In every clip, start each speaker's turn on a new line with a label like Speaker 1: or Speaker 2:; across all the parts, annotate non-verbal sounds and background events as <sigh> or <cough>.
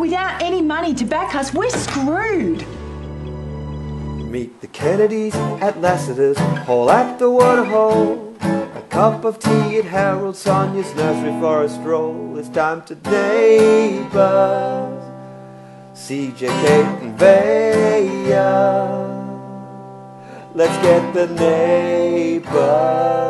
Speaker 1: without any money to back us, we're screwed.
Speaker 2: Meet the Kennedys at Lassiter's, Hall at the Waterhole. A cup of tea at Harold Sonia's nursery for a stroll. It's time to neighbors. CJ, Kate, and Vaya. Let's get the neighbors.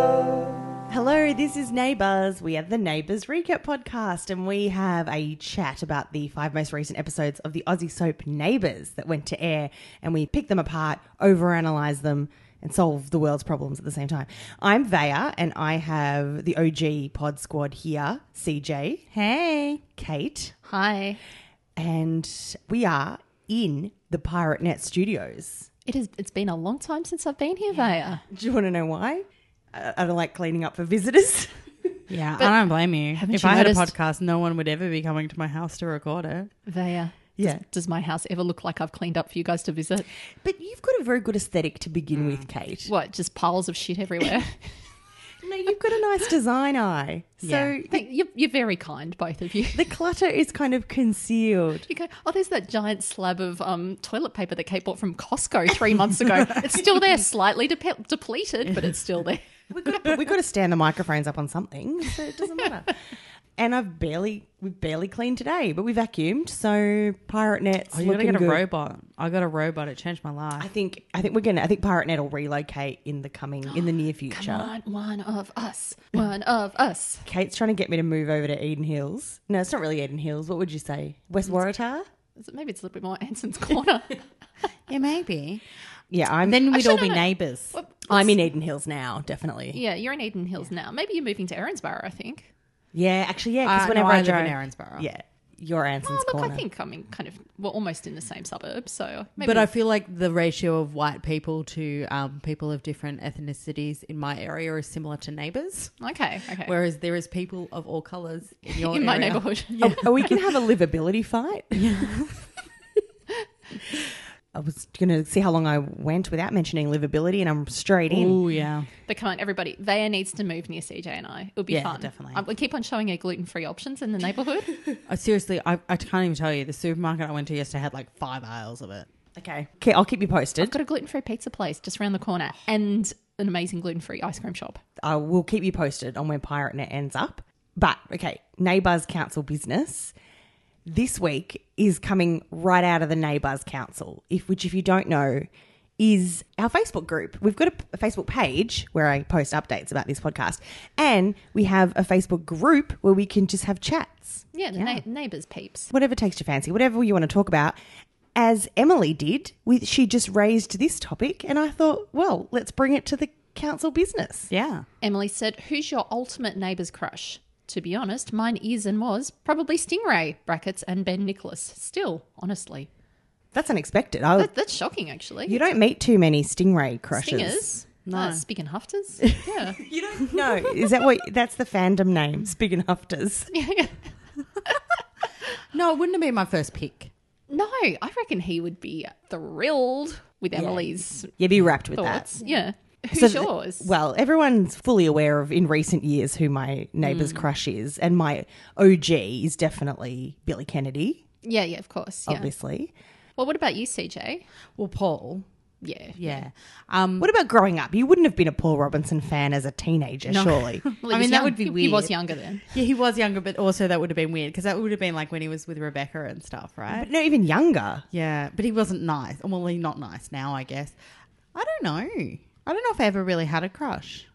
Speaker 3: Hello, this is Neighbours. We are the Neighbours Recap Podcast, and we have a chat about the five most recent episodes of the Aussie soap Neighbours that went to air, and we pick them apart, overanalyze them, and solve the world's problems at the same time. I'm Vaya, and I have the OG pod squad here CJ,
Speaker 4: Hey.
Speaker 3: Kate,
Speaker 4: Hi.
Speaker 3: and we are in the Pirate Net studios.
Speaker 4: It is, it's been a long time since I've been here, Vaya.
Speaker 3: Do you want to know why? I I don't like cleaning up for visitors.
Speaker 5: <laughs> Yeah, I don't blame you.
Speaker 4: Haven't
Speaker 5: If
Speaker 4: you
Speaker 5: I had a
Speaker 4: noticed-
Speaker 5: podcast, no one would ever be coming to my house to record it.
Speaker 4: Vaya.
Speaker 3: Yeah.
Speaker 4: Does my house ever look like I've cleaned up for you guys to visit?
Speaker 3: But you've got a very good aesthetic to begin
Speaker 5: Mm.
Speaker 3: with, Kate.
Speaker 4: What, just piles of shit <laughs> everywhere?
Speaker 3: No, you've got a
Speaker 5: <laughs>
Speaker 3: nice design eye. So
Speaker 4: <laughs>
Speaker 5: Yeah.
Speaker 3: the,
Speaker 4: you're, you're very kind, both of you. <laughs>
Speaker 3: the clutter is kind of concealed.
Speaker 4: You go, oh, there's that giant slab of um, toilet paper that Kate bought from Costco three months <laughs> ago. It's still there, slightly de- depleted, but it's still <laughs> there.
Speaker 3: We've got, to, we've got to stand the microphones up on something, so it doesn't
Speaker 5: <laughs>
Speaker 3: matter. and I've barely, we've barely cleaned today, but we vacuumed. So Pirate Net's
Speaker 5: Oh, you gotta
Speaker 3: looking
Speaker 5: get a
Speaker 3: good.
Speaker 5: robot. I got a robot. It changed my
Speaker 3: I
Speaker 5: life.
Speaker 3: think, I think we're gonna, I think Pirate Net will relocate in the coming, in the
Speaker 5: <gasps>
Speaker 3: near future.
Speaker 4: One, one of us. One of us.
Speaker 3: Kate's trying to get me to move over to Eden Hills. No, it's not really Eden Hills. What would you say? West Waratah?
Speaker 4: Is it- Maybe it's a little bit more Anson's <laughs> corner.
Speaker 5: Yeah, maybe.
Speaker 3: Yeah, I'm.
Speaker 5: Then we'd all
Speaker 4: no,
Speaker 5: be
Speaker 4: no.
Speaker 5: neighbours.
Speaker 3: I'm in Eden Hills now, definitely. Yeah,
Speaker 4: yeah, you're in Eden Hills now. Maybe you're moving to Erinsborough, I think.
Speaker 3: actually, yeah.
Speaker 5: Uh,
Speaker 3: Because
Speaker 5: no,
Speaker 3: whenever
Speaker 5: I
Speaker 3: I,
Speaker 5: live in
Speaker 3: drove-
Speaker 5: Erinsborough.
Speaker 3: Yeah, your Anson's
Speaker 4: Oh, look,
Speaker 3: corner.
Speaker 4: I think I mean, kind of, we're almost in the same suburb, so maybe.
Speaker 5: But I feel like the ratio of white people to um, people of different ethnicities in my area is similar to neighbours,
Speaker 4: okay, okay.
Speaker 5: whereas there is people of all colours in your
Speaker 4: <laughs> in my
Speaker 5: area. <laughs>
Speaker 4: neighborhood.
Speaker 3: Oh, oh, we can have a livability fight. I was going to see how long I went without mentioning livability, and I'm straight in.
Speaker 5: Oh yeah,
Speaker 4: But come on, everybody, Vaya needs to move near CJ and I. It'll be
Speaker 5: Yeah,
Speaker 4: fun.
Speaker 5: definitely.
Speaker 4: I, we keep on showing her gluten-free options in the neighborhood. <laughs>
Speaker 5: Uh, seriously, I, I can't even tell you. The supermarket I went to yesterday had like five aisles of it.
Speaker 3: Okay. okay, I'll keep you posted.
Speaker 4: Got a gluten-free pizza place just around the corner, and an amazing gluten-free ice cream shop.
Speaker 3: I will keep you posted on where Pirate Net ends up. But okay, Neighbours Council business this week is coming right out of the Neighbours Council, if which if you don't know is our Facebook group. We've got a, a Facebook page where I post updates about this podcast, and we have a Facebook group where we can just have chats,
Speaker 4: Yeah, the Na- neighbors peeps.
Speaker 3: whatever takes your fancy, whatever you want to talk about. As Emily did, we, she just raised this topic, and I thought, well, let's bring it to the council business.
Speaker 5: Yeah,
Speaker 4: Emily said, "Who's your ultimate neighbors crush?" To be honest, mine is and was probably Stingray brackets and Ben Nicholas. Still, honestly,
Speaker 3: That's unexpected. I was,
Speaker 4: that, that's shocking. Actually,
Speaker 3: You don't meet too many stingray crushes. <laughs>
Speaker 4: stingers. No, Spig and
Speaker 5: <laughs>
Speaker 4: Hufters. Yeah.
Speaker 3: You don't know. Is that what? That's the fandom name, Spig and Hufters.
Speaker 4: <laughs> yeah.
Speaker 5: no, it wouldn't have been my first pick.
Speaker 4: <laughs> No, I reckon he would be thrilled with Emily's
Speaker 3: You'd be wrapped with
Speaker 4: thoughts. Yeah.
Speaker 3: that.
Speaker 4: Who's
Speaker 3: So th-
Speaker 4: yours?
Speaker 3: Well, everyone's fully aware of in recent years who my neighbour's
Speaker 4: Hmm.
Speaker 3: crush is, and my OG is definitely Billy Kennedy,
Speaker 4: yeah, yeah, of course. Yeah.
Speaker 3: obviously.
Speaker 4: Well, what about you, CJ?
Speaker 5: Well, Paul.
Speaker 4: Yeah.
Speaker 5: Yeah. Um,
Speaker 3: What about growing up? You wouldn't have been a Paul Robinson fan as a teenager,
Speaker 4: <laughs>
Speaker 3: surely.
Speaker 4: Well, he
Speaker 5: I
Speaker 4: was
Speaker 5: mean, that
Speaker 4: young-
Speaker 5: would be
Speaker 4: he,
Speaker 5: weird.
Speaker 4: He was younger then.
Speaker 5: Yeah, he was younger, but also that would have been weird because that would have been like when he was with Rebecca and stuff, right?
Speaker 3: but no, even younger.
Speaker 5: Yeah, but he wasn't nice. Well, he's not nice now, I guess. I don't know. I don't know if I ever really had a crush.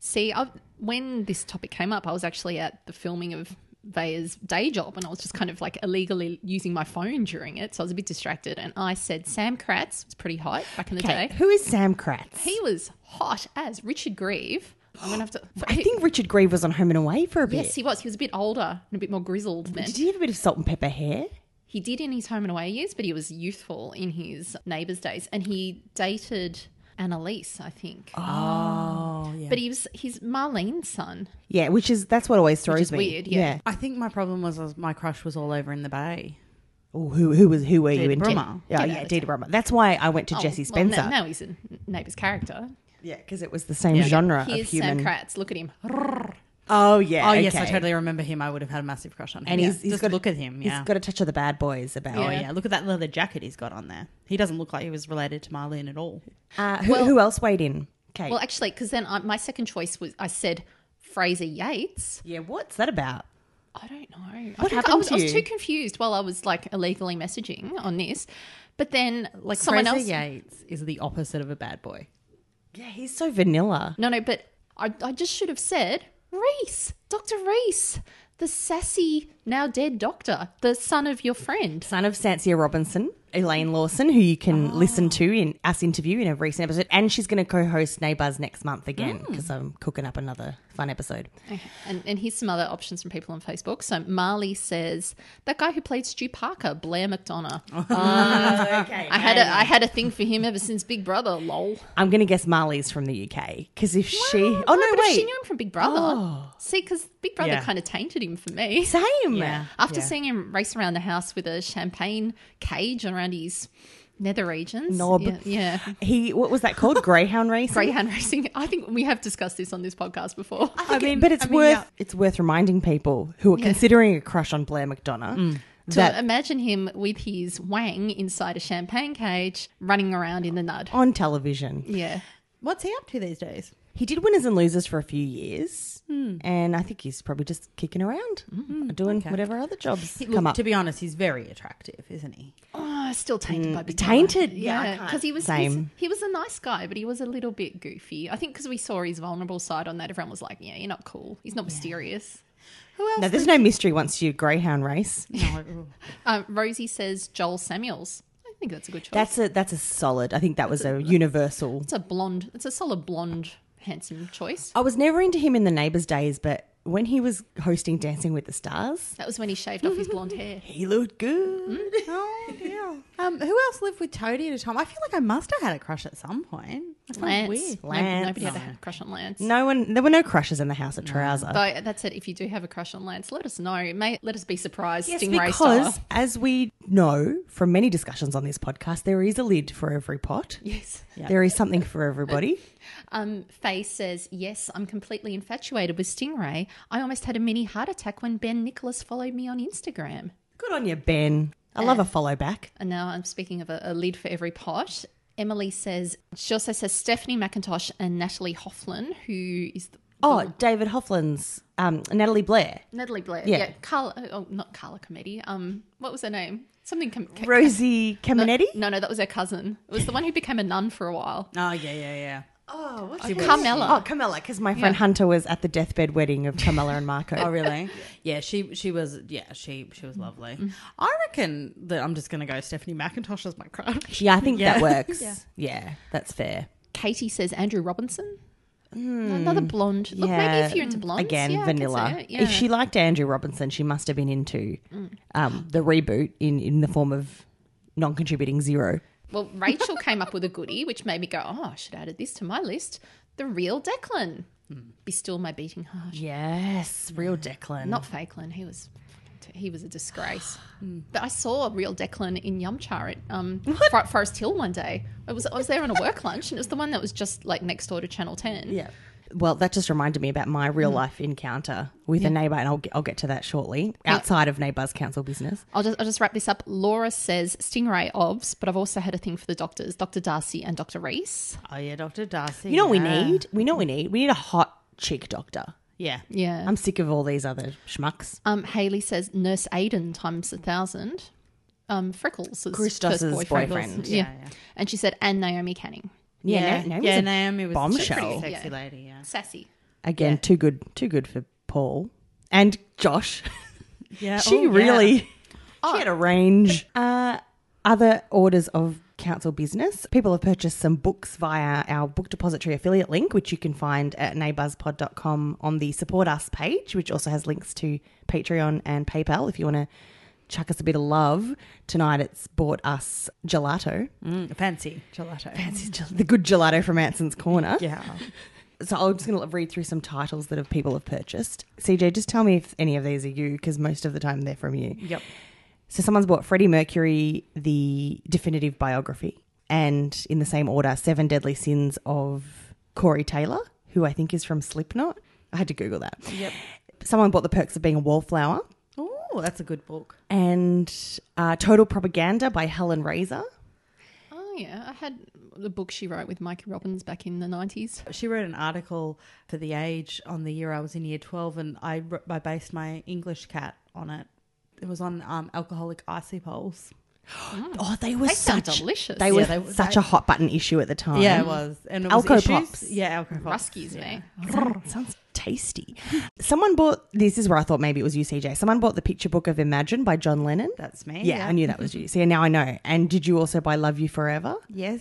Speaker 4: See, i when this topic came up, I was actually at the filming of Vaya's day job and I was just kind of like illegally using my phone during it. So I was a bit distracted. And I said Sam Kratz was pretty hot back in the
Speaker 3: Okay,
Speaker 4: day.
Speaker 3: who is Sam Kratz?
Speaker 4: He was hot as Richard Grieve. I'm going to have to.
Speaker 3: <gasps> I think Richard Grieve was on Home and Away for a bit.
Speaker 4: Yes, he was. He was a bit older and a bit more grizzled then.
Speaker 3: Did he have a bit of salt and pepper hair?
Speaker 4: He did in his home and away years, but he was youthful in his neighbours' days, and he dated Annalise, I think.
Speaker 3: Ah,
Speaker 4: Oh, yeah. But he was his Marlene's son.
Speaker 3: Yeah, which is that's what always throws
Speaker 4: is
Speaker 3: me.
Speaker 4: weird, yeah.
Speaker 5: I think my problem was, was my crush was all over in the bay.
Speaker 3: Oh, who who was who were you
Speaker 5: Dita
Speaker 3: in?
Speaker 5: Brummer.
Speaker 3: Yeah,
Speaker 4: Get out
Speaker 3: yeah,
Speaker 4: of
Speaker 3: Dita Brummer. That's why I went to
Speaker 4: Oh,
Speaker 3: Jesse
Speaker 4: well,
Speaker 3: Spencer.
Speaker 4: now, now he's a neighbour's character.
Speaker 3: Yeah, because it was the same genre of
Speaker 4: Here's
Speaker 3: human.
Speaker 4: Sam Kratz. Look at him.
Speaker 3: Oh yeah.
Speaker 5: Oh yes, I
Speaker 3: okay.
Speaker 5: totally remember him. I would have had a massive crush on him.
Speaker 3: And
Speaker 5: Yeah.
Speaker 3: he's, he's
Speaker 5: just
Speaker 3: got a-
Speaker 5: look at him. Yeah.
Speaker 3: He's got a touch of the bad boys about.
Speaker 5: oh
Speaker 3: him.
Speaker 5: yeah. look at that leather jacket he's got on there. He doesn't look like he was related to Marlene at all.
Speaker 3: Uh, who, who else weighed in? Kate.
Speaker 4: Well, actually, because then I, my second choice was I said Fraser Yates.
Speaker 3: yeah. What's that about?
Speaker 4: I don't know. I
Speaker 3: What
Speaker 4: think
Speaker 3: happened
Speaker 4: I was,
Speaker 3: to
Speaker 4: I
Speaker 3: you?
Speaker 4: was too confused while I was like illegally messaging on this. But then, like someone
Speaker 5: Fraser
Speaker 4: else,
Speaker 5: Yates is the opposite of a bad boy.
Speaker 3: Yeah, he's so vanilla.
Speaker 4: No, no, but I, I just should have said Reese, Dr. Reese, the sassy, now dead doctor, the son of your friend.
Speaker 3: Son of Sansia Robinson, Elaine Lawson, who you can listen to in us interview in a recent episode, and she's going to co-host Neighbours next month again because I'm cooking up another fun episode.
Speaker 4: And, and here's some other options from people on Facebook. So Marley says, that guy who played Stu Parker,
Speaker 3: <laughs>
Speaker 4: Blair McDonough.
Speaker 3: Oh, okay.
Speaker 4: I had a, I had a thing for him ever since Big Brother, lol.
Speaker 3: I'm going to guess Marley's from the UK because if she,
Speaker 4: Well,
Speaker 3: oh
Speaker 4: but
Speaker 3: no,
Speaker 4: if
Speaker 3: wait, Oh.
Speaker 4: She knew him from Big Brother. See, because Big Brother
Speaker 5: Yeah.
Speaker 4: kind of tainted him for me.
Speaker 3: same.
Speaker 5: Yeah.
Speaker 4: After
Speaker 5: Yeah.
Speaker 4: seeing him race around the house with a champagne cage around his nether regions.
Speaker 3: Knob.
Speaker 4: Yeah. yeah.
Speaker 3: He, what was that called? Greyhound racing.
Speaker 4: Greyhound racing. I think we have discussed this on this podcast before.
Speaker 3: I mean, but it's
Speaker 5: I mean,
Speaker 3: worth
Speaker 5: yeah.
Speaker 3: it's worth reminding people who are considering a crush on Blair McDonough
Speaker 4: to
Speaker 3: that
Speaker 4: imagine him with his wang inside a champagne cage running around in the nud.
Speaker 3: on television.
Speaker 4: Yeah.
Speaker 5: What's he up to these days?
Speaker 3: He did winners and losers for a few years, and I think he's probably just kicking around, uh, doing whatever other jobs
Speaker 5: He-
Speaker 3: come
Speaker 5: look,
Speaker 3: up.
Speaker 5: To be honest, he's very attractive, isn't he?
Speaker 4: Oh, still tainted by Big
Speaker 3: tainted?
Speaker 4: Brother.
Speaker 3: Yeah, I
Speaker 4: Yeah.
Speaker 3: can't-
Speaker 4: Because he was
Speaker 3: Same.
Speaker 4: he's- he was a nice guy, but he was a little bit goofy. I think because we saw his vulnerable side on that, everyone was like, "Yeah, you're not cool. He's not mysterious."
Speaker 5: Who else?
Speaker 3: no, there's no mystery once you greyhound race.
Speaker 5: No.
Speaker 4: Um, Rosie says Joel Samuels. I think that's a good choice.
Speaker 3: That's a that's a solid. I think that was a universal.
Speaker 4: it's a blonde. It's a solid blonde, handsome choice.
Speaker 3: I was never into him in the Neighbours days, but when he was hosting Dancing with the Stars,
Speaker 4: That was when he shaved off his blonde hair.
Speaker 3: he looked good.
Speaker 5: oh, yeah. Um, who else lived with Toadie at a time? I feel like I must have had a crush at some point. That's kind
Speaker 4: Lance.
Speaker 5: of weird.
Speaker 4: No-
Speaker 3: Lance.
Speaker 4: nobody had a crush on Lance.
Speaker 3: No one, there were no crushes in the house at Trouser.
Speaker 4: Though that's it. If you do have a crush on Lance, let us know. May let us be surprised.
Speaker 3: Yes,
Speaker 4: Stingray
Speaker 3: because
Speaker 4: style.
Speaker 3: as we know from many discussions on this podcast, there is a lid for every pot.
Speaker 4: Yes.
Speaker 3: There is something for everybody.
Speaker 4: Um, Faye says, Yes, I'm completely infatuated with Stingray. I almost had a mini heart attack when Ben Nicholas followed me on Instagram.
Speaker 3: Good on you, Ben. I love a follow back.
Speaker 4: And now I'm speaking of a, a lid for every pot. Emily says, She also says Stephanie McIntosh and Natalie Hofflin, who is the,
Speaker 3: Oh, David Hofflin's um, Natalie Blair,
Speaker 4: Natalie Blair.
Speaker 3: Yeah.
Speaker 4: Carla, oh, not Carla Cometti. Um, what was her name? Something. Com- Ca-
Speaker 3: Rosie Caminetti.
Speaker 4: no, no, that was her cousin. It was the one who became a nun for a while.
Speaker 5: Oh, yeah, yeah, yeah.
Speaker 4: Carmela.
Speaker 3: Oh, Camilla, because my friend Hunter was at the deathbed wedding of Camilla and Marco.
Speaker 5: <laughs> Oh, really? yeah, she she was yeah she she was lovely. I reckon that I'm just gonna go Stephanie McIntosh as my crush.
Speaker 3: Yeah, I think
Speaker 5: Yeah.
Speaker 3: that works. yeah. that's fair.
Speaker 4: Katie says Andrew Robinson. Another blonde. Look,
Speaker 3: Hmm.
Speaker 4: maybe
Speaker 3: yeah.
Speaker 4: if you're into blondes.
Speaker 3: Again,
Speaker 4: yeah, I could see
Speaker 3: vanilla.
Speaker 4: it, yeah. Mm.
Speaker 3: If she liked Andrew Robinson, she must have been into um, the reboot in, in the form of non contributing zero.
Speaker 4: Well, Rachel came up with a goodie, which made me go, oh, I should have added this to my list. The real Declan.
Speaker 3: Hmm.
Speaker 4: Be still my beating heart.
Speaker 3: Yes, real Declan.
Speaker 4: Not Fakelin. He was he was
Speaker 3: <gasps>
Speaker 4: a disgrace.
Speaker 3: Hmm.
Speaker 4: But I saw a real Declan in Yumchar at um, For- Forest Hill one day. I was, I was there on a work lunch and it was the one that was just like next door to Channel 10.
Speaker 3: Yeah. Well, that just reminded me about my
Speaker 4: Mm.
Speaker 3: real life encounter with a neighbour, and I'll get, I'll get to that shortly. Outside of neighbours council business,
Speaker 4: I'll just, I'll just wrap this up. Laura says Stingray obs, but I've also had a thing for the doctors, Dr. Darcy and Dr. Reese.
Speaker 5: Oh yeah, Doctor Darcy.
Speaker 3: you know what we
Speaker 5: yeah.
Speaker 3: need we know what we need we need a hot chick doctor.
Speaker 5: Yeah.
Speaker 4: Yeah.
Speaker 3: I'm sick of all these other schmucks.
Speaker 4: Um, Haley says Nurse Aiden times a thousand. Um, Freckles is
Speaker 3: Christos'
Speaker 4: first boyfriend.
Speaker 3: boyfriend.
Speaker 4: Yeah.
Speaker 5: Yeah, yeah.
Speaker 4: and she said, and Naomi Canning,
Speaker 3: Yeah,
Speaker 5: Yeah,
Speaker 3: Na- Naomi's
Speaker 5: yeah,
Speaker 3: a
Speaker 5: Naomi was
Speaker 3: bombshell.
Speaker 5: a pretty sexy
Speaker 4: Yeah.
Speaker 5: lady. Yeah,
Speaker 4: sassy.
Speaker 3: Again, too good, too good for Paul and Josh. <laughs>
Speaker 5: yeah. Oh.
Speaker 3: she really she had a range. Uh, other orders of council business. People have purchased some books via our book depository affiliate link, which you can find at neighbourspod.com on the support us page, which also has links to Patreon and PayPal if you want to chuck us a bit of love. Tonight it's bought us gelato.
Speaker 5: Mm, fancy gelato.
Speaker 3: Fancy gel- the good gelato from Anson's Corner.
Speaker 5: Yeah.
Speaker 3: So I'm just going to read through some titles that have people have purchased. CJ, just tell me if any of these are you, because most of the time they're from you.
Speaker 5: Yep.
Speaker 3: So someone's bought Freddie Mercury, the definitive biography, and in the same order, Seven Deadly Sins of Corey Taylor, who I think is from Slipknot. I I had to Google that. Yep. Someone bought The Perks of Being a Wallflower
Speaker 5: Oh, that's a good book.
Speaker 3: and uh, Total Propaganda by Helen Razor.
Speaker 4: Oh yeah, I had the book she wrote with Mikey Robbins back in the nineties.
Speaker 5: She wrote an article for The Age on the year I was in year 12, and I, wr- I based my English cat on it. It was on um, alcoholic icy poles. Hmm.
Speaker 3: Oh, they were
Speaker 4: They sound
Speaker 3: such
Speaker 4: delicious.
Speaker 3: They
Speaker 4: Yeah,
Speaker 3: were
Speaker 5: they were-
Speaker 3: such
Speaker 5: they-
Speaker 3: a hot button issue at the time.
Speaker 5: Yeah, it was. And it was
Speaker 3: Alco
Speaker 5: issues-
Speaker 3: Uh-huh. Pops.
Speaker 5: Yeah, Alco Pops.
Speaker 4: Ruskies,
Speaker 5: yeah.
Speaker 4: man.
Speaker 3: Sounds tasty. Someone bought this is where I thought maybe it was UCJ. Someone bought the picture book of Imagine by John Lennon.
Speaker 5: That's me.
Speaker 3: yeah, I knew that was you. See, now I know. And did you also buy Love You Forever?
Speaker 5: Yes.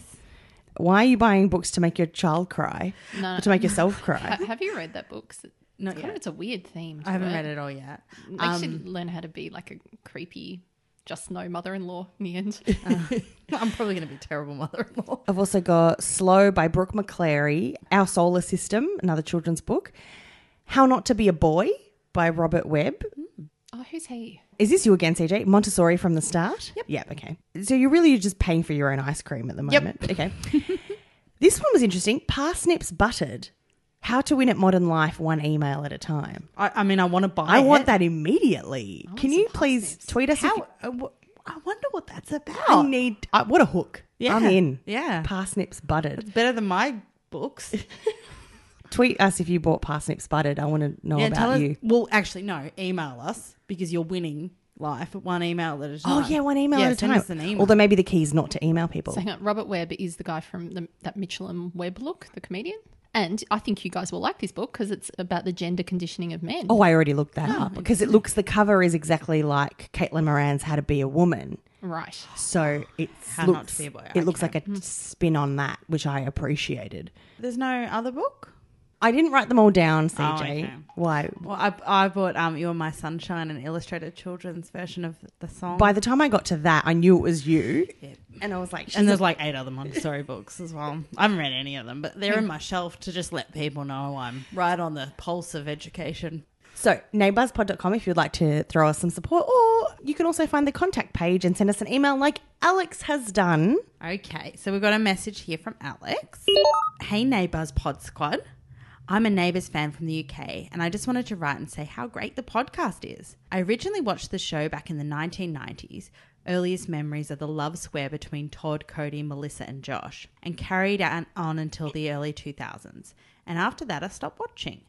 Speaker 3: Why are you buying books to make your child cry?
Speaker 4: No.
Speaker 3: Or to make yourself
Speaker 5: Uh,
Speaker 3: cry?
Speaker 5: <laughs>
Speaker 4: Ha- have you read that book? 'Cause It's
Speaker 5: Not
Speaker 4: kind of
Speaker 5: yet.
Speaker 4: it's a weird theme. to
Speaker 5: I haven't read it all yet. Um,
Speaker 4: I should learn how to be like a creepy, just no mother-in-law in the end.
Speaker 5: <laughs> <laughs> I'm probably going to be a terrible mother in law.
Speaker 3: I've also got Slow by Brooke McClary, Our Solar System, another children's book. How Not to Be a Boy by Robert Webb.
Speaker 4: oh, who's he?
Speaker 3: Is this you again, CJ? Montessori from the start? Yep. Yep, okay. So you're really just paying for your own ice cream at the moment. Okay. <laughs> this one was interesting. Parsnips Buttered. How to win at modern life one email at a time.
Speaker 5: I, I mean, I want to buy
Speaker 3: I want
Speaker 5: it.
Speaker 3: that immediately. Can you please tweet us? if
Speaker 5: How,
Speaker 3: you-
Speaker 5: uh, wh- I wonder what that's about.
Speaker 3: I need. I, what a hook.
Speaker 5: Yeah.
Speaker 3: I'm in.
Speaker 5: Yeah.
Speaker 3: Parsnips Buttered.
Speaker 5: It's better than my books.
Speaker 3: <laughs> Tweet us if you bought Parsnips Buttered. I want to know
Speaker 5: yeah,
Speaker 3: about
Speaker 5: tell us.
Speaker 3: you.
Speaker 5: Well, actually, no. Email us because you're winning life at one email at a time.
Speaker 3: Oh yeah, one email
Speaker 5: Yeah,
Speaker 3: at a
Speaker 5: send
Speaker 3: time.
Speaker 5: us an email.
Speaker 3: Although maybe the key is not to email people.
Speaker 4: So hang on, Robert Webb is the guy from the, that Mitchell and Webb look, the comedian. And I think you guys will like this book because it's about the gender conditioning of men.
Speaker 3: Oh, I already looked that up because it looks the cover is exactly like Caitlin Moran's "How to Be a Woman,"
Speaker 4: right.
Speaker 3: so it's
Speaker 5: How Not
Speaker 3: looks,
Speaker 5: to Be a Boy. Hmm.
Speaker 3: it looks like a spin on that, which I appreciated.
Speaker 5: There's no other book.
Speaker 3: I didn't write them all down, CJ.
Speaker 5: Oh, okay.
Speaker 3: Why?
Speaker 5: Well, I, I bought um, "You're My Sunshine," an illustrated children's version of the song.
Speaker 3: By the time I got to that, I knew it was you, and I was like,
Speaker 5: and there's like eight other Montessori books as well. I haven't read any of them, but they're in my shelf to just let people know I'm right on the pulse of education.
Speaker 3: So, neighbourspod.com if you'd like to throw us some support, or you can also find the contact page and send us an email like Alex has done.
Speaker 5: Okay, so we've got a message here from Alex. Hey, Neighbours Pod Squad. I'm a Neighbours fan from the UK, and I just wanted to write and say how great the podcast is. I originally watched the show back in the 1990s. Earliest memories are the love square between Todd, Cody, Melissa, and Josh, and carried on on until the early 2000s. And after that, I stopped watching.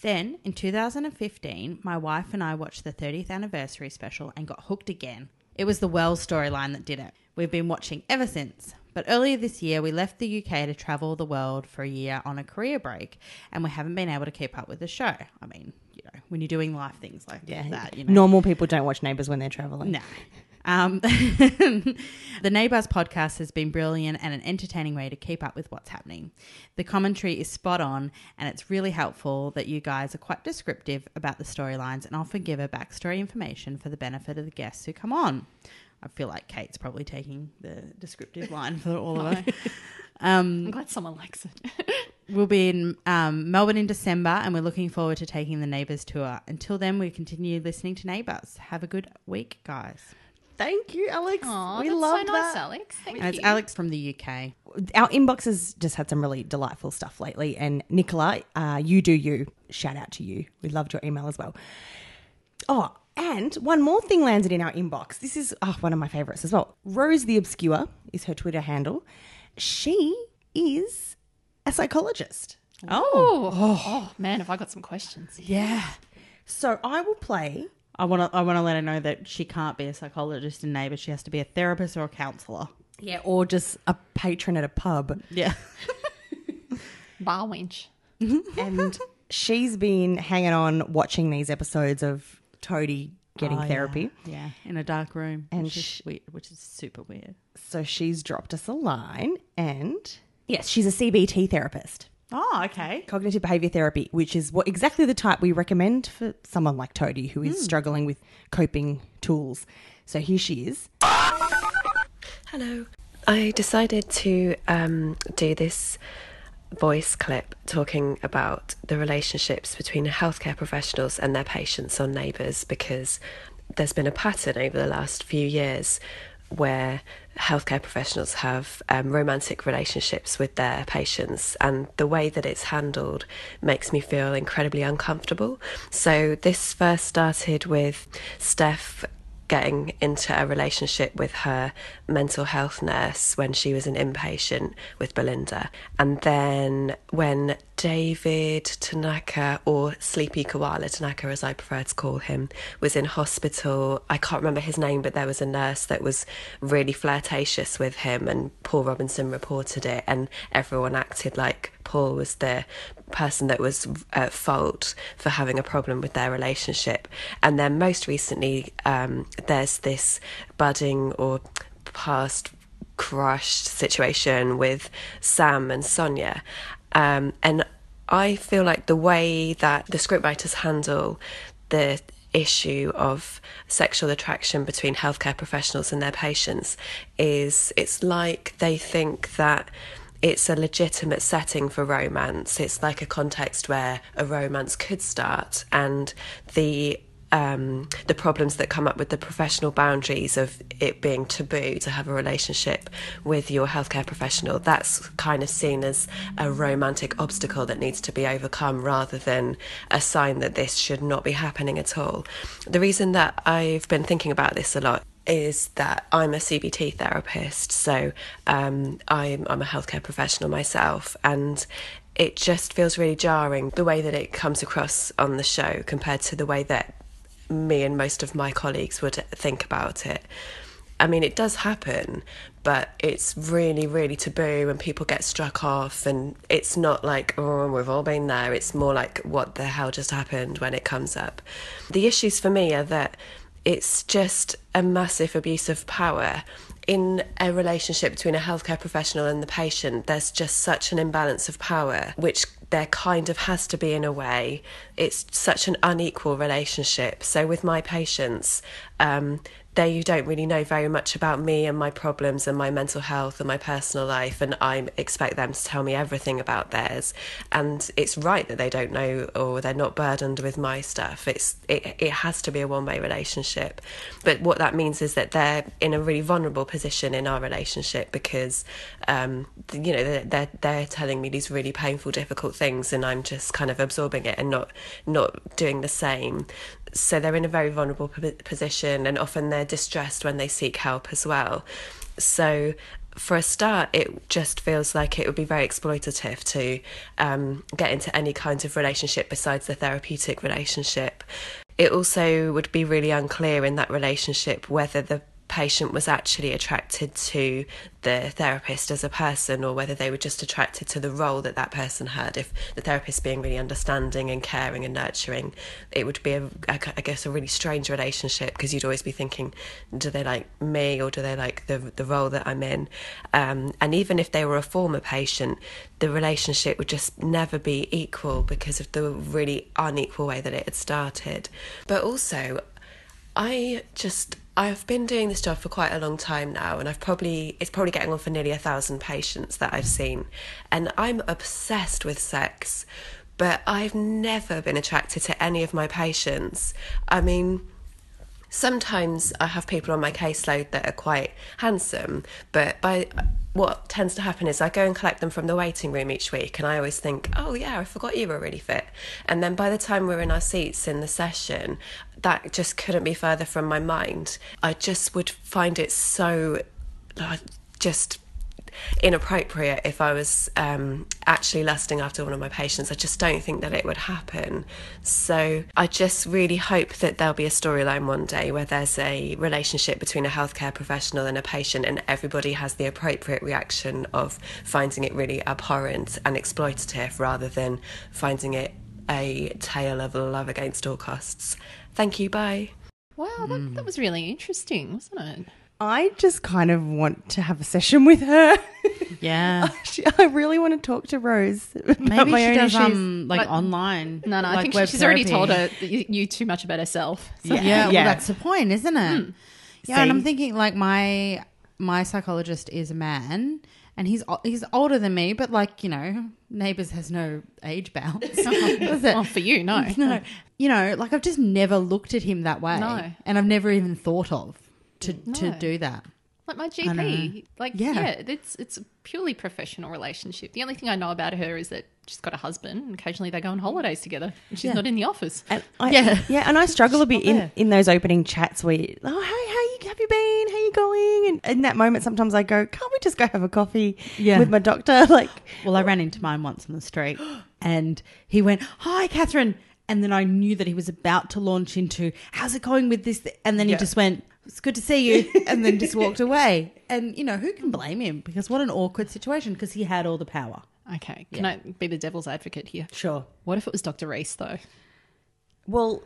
Speaker 5: Then, in 2015, my wife and I watched the 30th anniversary special and got hooked again. It was the Wells storyline that did it. We've been watching ever since. But earlier this year, we left the UK to travel the world for a year on a career break, and we haven't been able to keep up with the show. I mean, you know, when you're doing life things like that, you know.
Speaker 3: Normal people don't watch Neighbours when they're travelling.
Speaker 5: No. Um, <laughs> the Neighbours podcast has been brilliant and an entertaining way to keep up with what's happening. The commentary is spot on, and it's really helpful that you guys are quite descriptive about the storylines and often give a backstory information for the benefit of the guests who come on. I feel like Kate's probably taking the descriptive line for all
Speaker 4: <laughs>
Speaker 5: of us.
Speaker 4: I'm glad someone likes it.
Speaker 5: We'll be in um, Melbourne in December, and we're looking forward to taking the Neighbours tour. Until then, we continue listening to Neighbours. Have a good week, guys.
Speaker 3: Thank you, Alex.
Speaker 4: <laughs> Aw,
Speaker 3: we
Speaker 4: that's
Speaker 3: love
Speaker 4: so nice,
Speaker 3: that.
Speaker 4: Alex. Thank
Speaker 5: And it's
Speaker 4: you.
Speaker 5: Alex from the UK.
Speaker 3: Our inbox has just had some really delightful stuff lately. And Nicola, uh, you do you. Shout out to you. We loved your email as well. Oh, and one more thing landed in our inbox. This is oh, one of my favorites as well. Rose the Obscure is her Twitter handle. She is a psychologist.
Speaker 4: oh, oh. man, have I got some questions?
Speaker 5: Yeah.
Speaker 3: So I will play.
Speaker 5: I want to. I want to let her know that she can't be a psychologist and neighbour. She has to be a therapist or a counsellor.
Speaker 3: Yeah, or just a patron at a pub.
Speaker 5: Yeah.
Speaker 4: Bar wench.
Speaker 3: and <laughs> she's been hanging on watching these episodes of Toadie getting therapy.
Speaker 5: Oh, Yeah. In a dark room,
Speaker 3: And
Speaker 5: which
Speaker 3: sh-
Speaker 5: is weird, which is super weird.
Speaker 3: So she's dropped us a line and yes, she's a CBT therapist.
Speaker 5: Oh, okay.
Speaker 3: Cognitive behavior therapy, which is what exactly the type we recommend for someone like Toadie who is struggling with coping tools. So here she is.
Speaker 6: Hello. I decided to um, do this voice clip talking about the relationships between healthcare professionals and their patients or neighbours because there's been a pattern over the last few years where healthcare professionals have um, romantic relationships with their patients, and the way that it's handled makes me feel incredibly uncomfortable. So, this first started with Steph getting into a relationship with her mental health nurse when she was an inpatient with Belinda. And then when David Tanaka, or Sleepy Koala Tanaka, as I prefer to call him, was in hospital, I can't remember his name, but there was a nurse that was really flirtatious with him, and Paul Robinson reported it, and everyone acted like Paul was the person that was uh, at fault for having a problem with their relationship. And then most recently, um, there's this budding or past crushed situation with Sam and Sonia. Um, and I feel like the way that the scriptwriters handle the issue of sexual attraction between healthcare professionals and their patients is it's like they think that it's a legitimate setting for romance. It's like a context where a romance could start, and the um, the problems that come up with the professional boundaries of it being taboo to have a relationship with your healthcare professional. That's kind of seen as a romantic obstacle that needs to be overcome rather than a sign that this should not be happening at all. The reason that I've been thinking about this a lot is that I'm a CBT therapist, so um, I'm, I'm a healthcare professional myself, and it just feels really jarring the way that it comes across on the show compared to the way that me and most of my colleagues would think about it. I mean, it does happen, but it's really, really taboo, and people get struck off. And it's not like, oh, we've all been there. It's more like, what the hell just happened when it comes up. The issues for me are that it's just a massive abuse of power. In a relationship between a healthcare professional and the patient, there's just such an imbalance of power, which there kind of has to be in a way. It's such an unequal relationship. So, with my patients, um, they don't really know very much about me and my problems and my mental health and my personal life, and I expect them to tell me everything about theirs. And it's right that they don't know or they're not burdened with my stuff. It's it, it has to be a one way relationship. But what that means is that they're in a really vulnerable position in our relationship because, um, you know, they're, they're they're telling me these really painful, difficult things, and I'm just kind of absorbing it and not not doing the same so they're in a very vulnerable p- position and often they're distressed when they seek help as well so for a start it just feels like it would be very exploitative to um, get into any kind of relationship besides the therapeutic relationship it also would be really unclear in that relationship whether the patient was actually attracted to the therapist as a person or whether they were just attracted to the role that that person had if the therapist being really understanding and caring and nurturing it would be a, I guess a really strange relationship because you'd always be thinking do they like me or do they like the the role that I'm in um, and even if they were a former patient the relationship would just never be equal because of the really unequal way that it had started but also I just I've been doing this job for quite a long time now, and I've probably it's probably getting on for nearly a thousand patients that I've seen, and I'm obsessed with sex, but I've never been attracted to any of my patients. I mean. Sometimes I have people on my caseload that are quite handsome, but by what tends to happen is I go and collect them from the waiting room each week, and I always think, oh, yeah, I forgot you were really fit. And then by the time we're in our seats in the session, that just couldn't be further from my mind. I just would find it so like, just inappropriate if I was um, actually lusting after one of my patients. I just don't think that it would happen. So I just really hope that there'll be a storyline one day where there's a relationship between a healthcare professional and a patient, and everybody has the appropriate reaction of finding it really abhorrent and exploitative rather than finding it a tale of love against all costs. Thank you. Bye.
Speaker 4: Wow, that, that was really interesting, wasn't it?
Speaker 3: I just kind of want to have a session with her. <laughs>
Speaker 5: <laughs> Yeah.
Speaker 3: She- I really want to talk to Rose. About
Speaker 5: Maybe
Speaker 3: my
Speaker 5: she
Speaker 3: own
Speaker 5: does
Speaker 3: issues.
Speaker 5: um like, online.
Speaker 4: No, no, I
Speaker 5: like
Speaker 4: think she-
Speaker 5: web
Speaker 4: she's already
Speaker 5: therapy.
Speaker 4: told her you, you too much about herself. So-
Speaker 5: Yeah, Hmm.
Speaker 3: Yeah.
Speaker 5: well that's the point, isn't it? Yeah, and I'm
Speaker 3: See?
Speaker 5: thinking like my my psychologist is a man and he's o- he's older than me, but like, you know, neighbors has no age <laughs> bounds. Does it?
Speaker 4: Well, for you, no.
Speaker 5: <laughs> no. You know, like I've just never looked at him that way.
Speaker 4: No.
Speaker 5: And I've never even thought of to to
Speaker 4: No.
Speaker 5: do that.
Speaker 4: Like my
Speaker 5: know.
Speaker 4: GP. Like
Speaker 5: Yeah.
Speaker 4: yeah. it's it's a purely professional relationship. The only thing I know about her is that she's got a husband and occasionally they go on holidays together. And she's not in the office.
Speaker 3: And I,
Speaker 4: Yeah.
Speaker 3: yeah, yeah, and I struggle a bit in,
Speaker 4: there.
Speaker 3: in those opening chats where, you, oh, hey, how you have you been? How you going? And in that moment, sometimes I go, can't we just go have a coffee
Speaker 5: Yeah.
Speaker 3: with my doctor? <laughs> Like,
Speaker 5: Well, I ran into mine once on the <gasps> street and he went, Hi, Catherine. And then I knew that he was about to launch into, How's it going with this? And then he just went, It's good to see you. And then just <laughs> walked away. And, you know, who can blame him? Because what an awkward situation because he had all the power.
Speaker 4: Okay. Can I be the devil's advocate here?
Speaker 5: Sure.
Speaker 4: What if it was Dr. Reese though?
Speaker 3: well,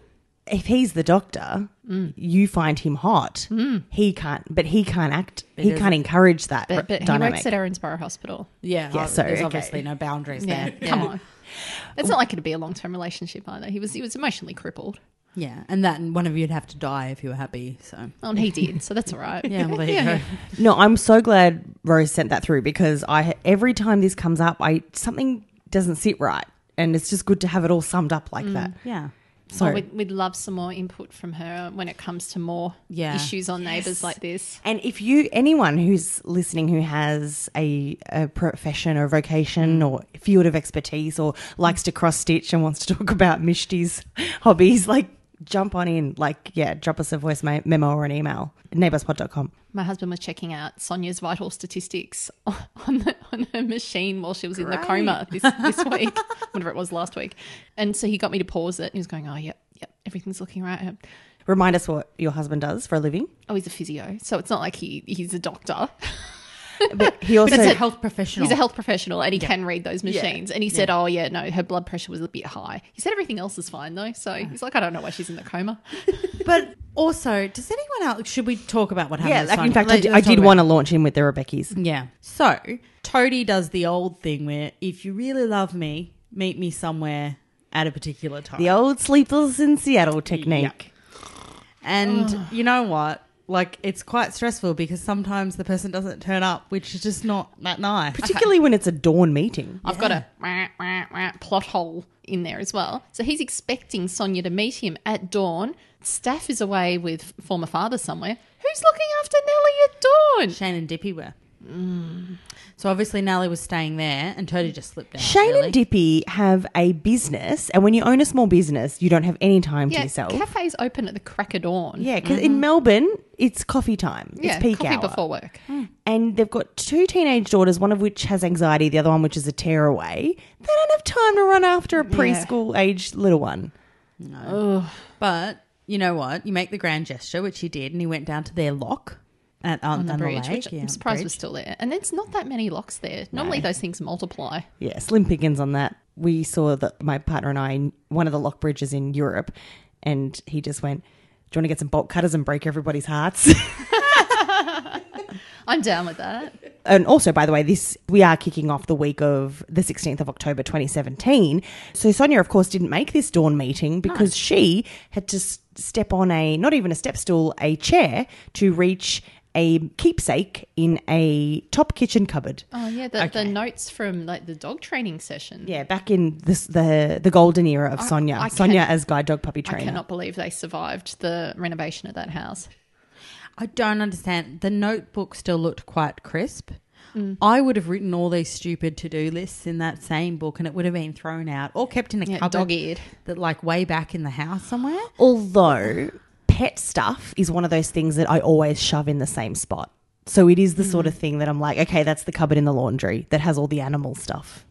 Speaker 3: if he's the doctor,
Speaker 4: Mm.
Speaker 3: you find him hot. He can't, but he can't act. he can't encourage that
Speaker 4: But, but he
Speaker 3: dynamic.
Speaker 4: works at Aaron's Borough Hospital.
Speaker 5: Yeah.
Speaker 3: Yeah,
Speaker 5: oh,
Speaker 3: so,
Speaker 5: there's
Speaker 3: okay.
Speaker 5: obviously no boundaries
Speaker 4: Yeah.
Speaker 5: there.
Speaker 4: Come
Speaker 5: <laughs>
Speaker 4: on. It's not like it'd be a long term relationship either. He was he was emotionally crippled.
Speaker 5: Yeah. And that one of you'd have to die if you were happy. So,
Speaker 4: Oh, and he did, so that's all right.
Speaker 5: <laughs> yeah, well,
Speaker 4: <laughs>
Speaker 5: there you go.
Speaker 3: No, I'm so glad Rose sent that through because I every time this comes up, I something doesn't sit right, and it's just good to have it all summed up
Speaker 4: Mm.
Speaker 3: like that.
Speaker 5: Yeah.
Speaker 3: So
Speaker 4: Oh, we'd, we'd love some more input from her when it comes to more
Speaker 5: Yeah.
Speaker 4: issues on neighbours like this.
Speaker 3: And if you, anyone who's listening who has a, a profession or vocation or field of expertise or likes to cross stitch and wants to talk <laughs> about Mishti's hobbies, like jump on in. Like, yeah, drop us a voice me- memo or an email. Neighbourspod.com.
Speaker 4: My husband was checking out Sonia's vital statistics <laughs> on the, on her machine while she was in the coma this, this week, whatever it was last week. And so he got me to pause it. And he was going, "Oh, yep, yep, everything's looking right."
Speaker 3: Remind us what your husband does for a <laughs> living.
Speaker 4: Oh, he's a physio, so it's not like he he's a doctor. <laughs>
Speaker 3: But he also,
Speaker 5: He's a health professional.
Speaker 4: He's a health professional and he can read those machines. And he said, "Oh yeah, no, her blood pressure was a bit high." He said everything else is fine though. So he's like, "I don't know why she's in the coma." <laughs>
Speaker 5: But also, does anyone else, should we talk about what
Speaker 3: <laughs>
Speaker 5: happened?
Speaker 3: yeah, like,
Speaker 5: to
Speaker 3: in
Speaker 5: Sonia?
Speaker 3: fact, I
Speaker 5: Let-
Speaker 3: did, I
Speaker 5: let's talk
Speaker 3: did
Speaker 5: about
Speaker 3: want to launch in with the Rebeccas.
Speaker 5: Yeah. So Toadie does the old thing where if you really love me, meet me somewhere at a particular time.
Speaker 3: The old sleepless in Seattle technique.
Speaker 5: and you know what? Like it's quite stressful because sometimes the person doesn't turn up, which is just not that nice.
Speaker 3: Particularly when it's a dawn meeting.
Speaker 4: I've got a wah, wah, wah, plot hole in there as well. So he's expecting Sonia to meet him at dawn. Staff is away with former father somewhere. Who's looking after Nellie at dawn?
Speaker 5: Shane and Dippy were.
Speaker 3: Mm.
Speaker 5: So obviously Nellie was staying there, and Toadie just slipped out.
Speaker 3: Shane
Speaker 5: really.
Speaker 3: and Dippy have a business, and when you own a small business, you don't have any time to
Speaker 4: Yeah,
Speaker 3: yourself.
Speaker 4: cafes open at the crack of dawn.
Speaker 3: yeah, because in Melbourne, it's coffee time.
Speaker 4: yeah,
Speaker 3: it's peak
Speaker 4: coffee
Speaker 3: hour. Mm.
Speaker 4: before work.
Speaker 3: And they've got two teenage daughters, one of which has anxiety, the other one which is a tearaway. They don't have time to run after a preschool aged little one.
Speaker 5: But you know what? You make the grand gesture, which he did, and he went down to their lock at on,
Speaker 4: On the
Speaker 5: on
Speaker 4: bridge,
Speaker 5: lake.
Speaker 4: which
Speaker 5: Yeah,
Speaker 4: I'm surprised
Speaker 5: bridge.
Speaker 4: was still there. And there's not that many locks there. Normally those things multiply.
Speaker 3: Yeah, slim pickings on that. We saw that my partner and I in one of the lock bridges in Europe, and he just went, "Do you want to get some bolt cutters and break everybody's hearts?"
Speaker 4: I'm down with that.
Speaker 3: and also by the way this we are kicking off the week of the 16th of october 2017 so sonia of course didn't make this dawn meeting because she had to s- step on a not even a step stool a chair to reach a keepsake in a top kitchen cupboard
Speaker 4: Oh yeah, the, the notes from like the dog training session.
Speaker 3: yeah back in this the the golden era of sonia
Speaker 4: I
Speaker 3: sonia
Speaker 4: can-
Speaker 3: as guide dog puppy
Speaker 4: I
Speaker 3: trainer
Speaker 4: cannot believe they survived the renovation of that house.
Speaker 5: I don't understand. The notebook still looked quite crisp.
Speaker 4: Mm.
Speaker 5: I would have written all these stupid to-do lists in that same book, and it would have been thrown out or kept in a
Speaker 4: Yeah,
Speaker 5: cupboard
Speaker 4: dog-eared.
Speaker 5: that, like, way back in the house somewhere.
Speaker 3: Although pet stuff is one of those things that I always shove in the same spot. So it is the sort of thing that I'm like, okay, that's the cupboard in the laundry that has all the animal stuff.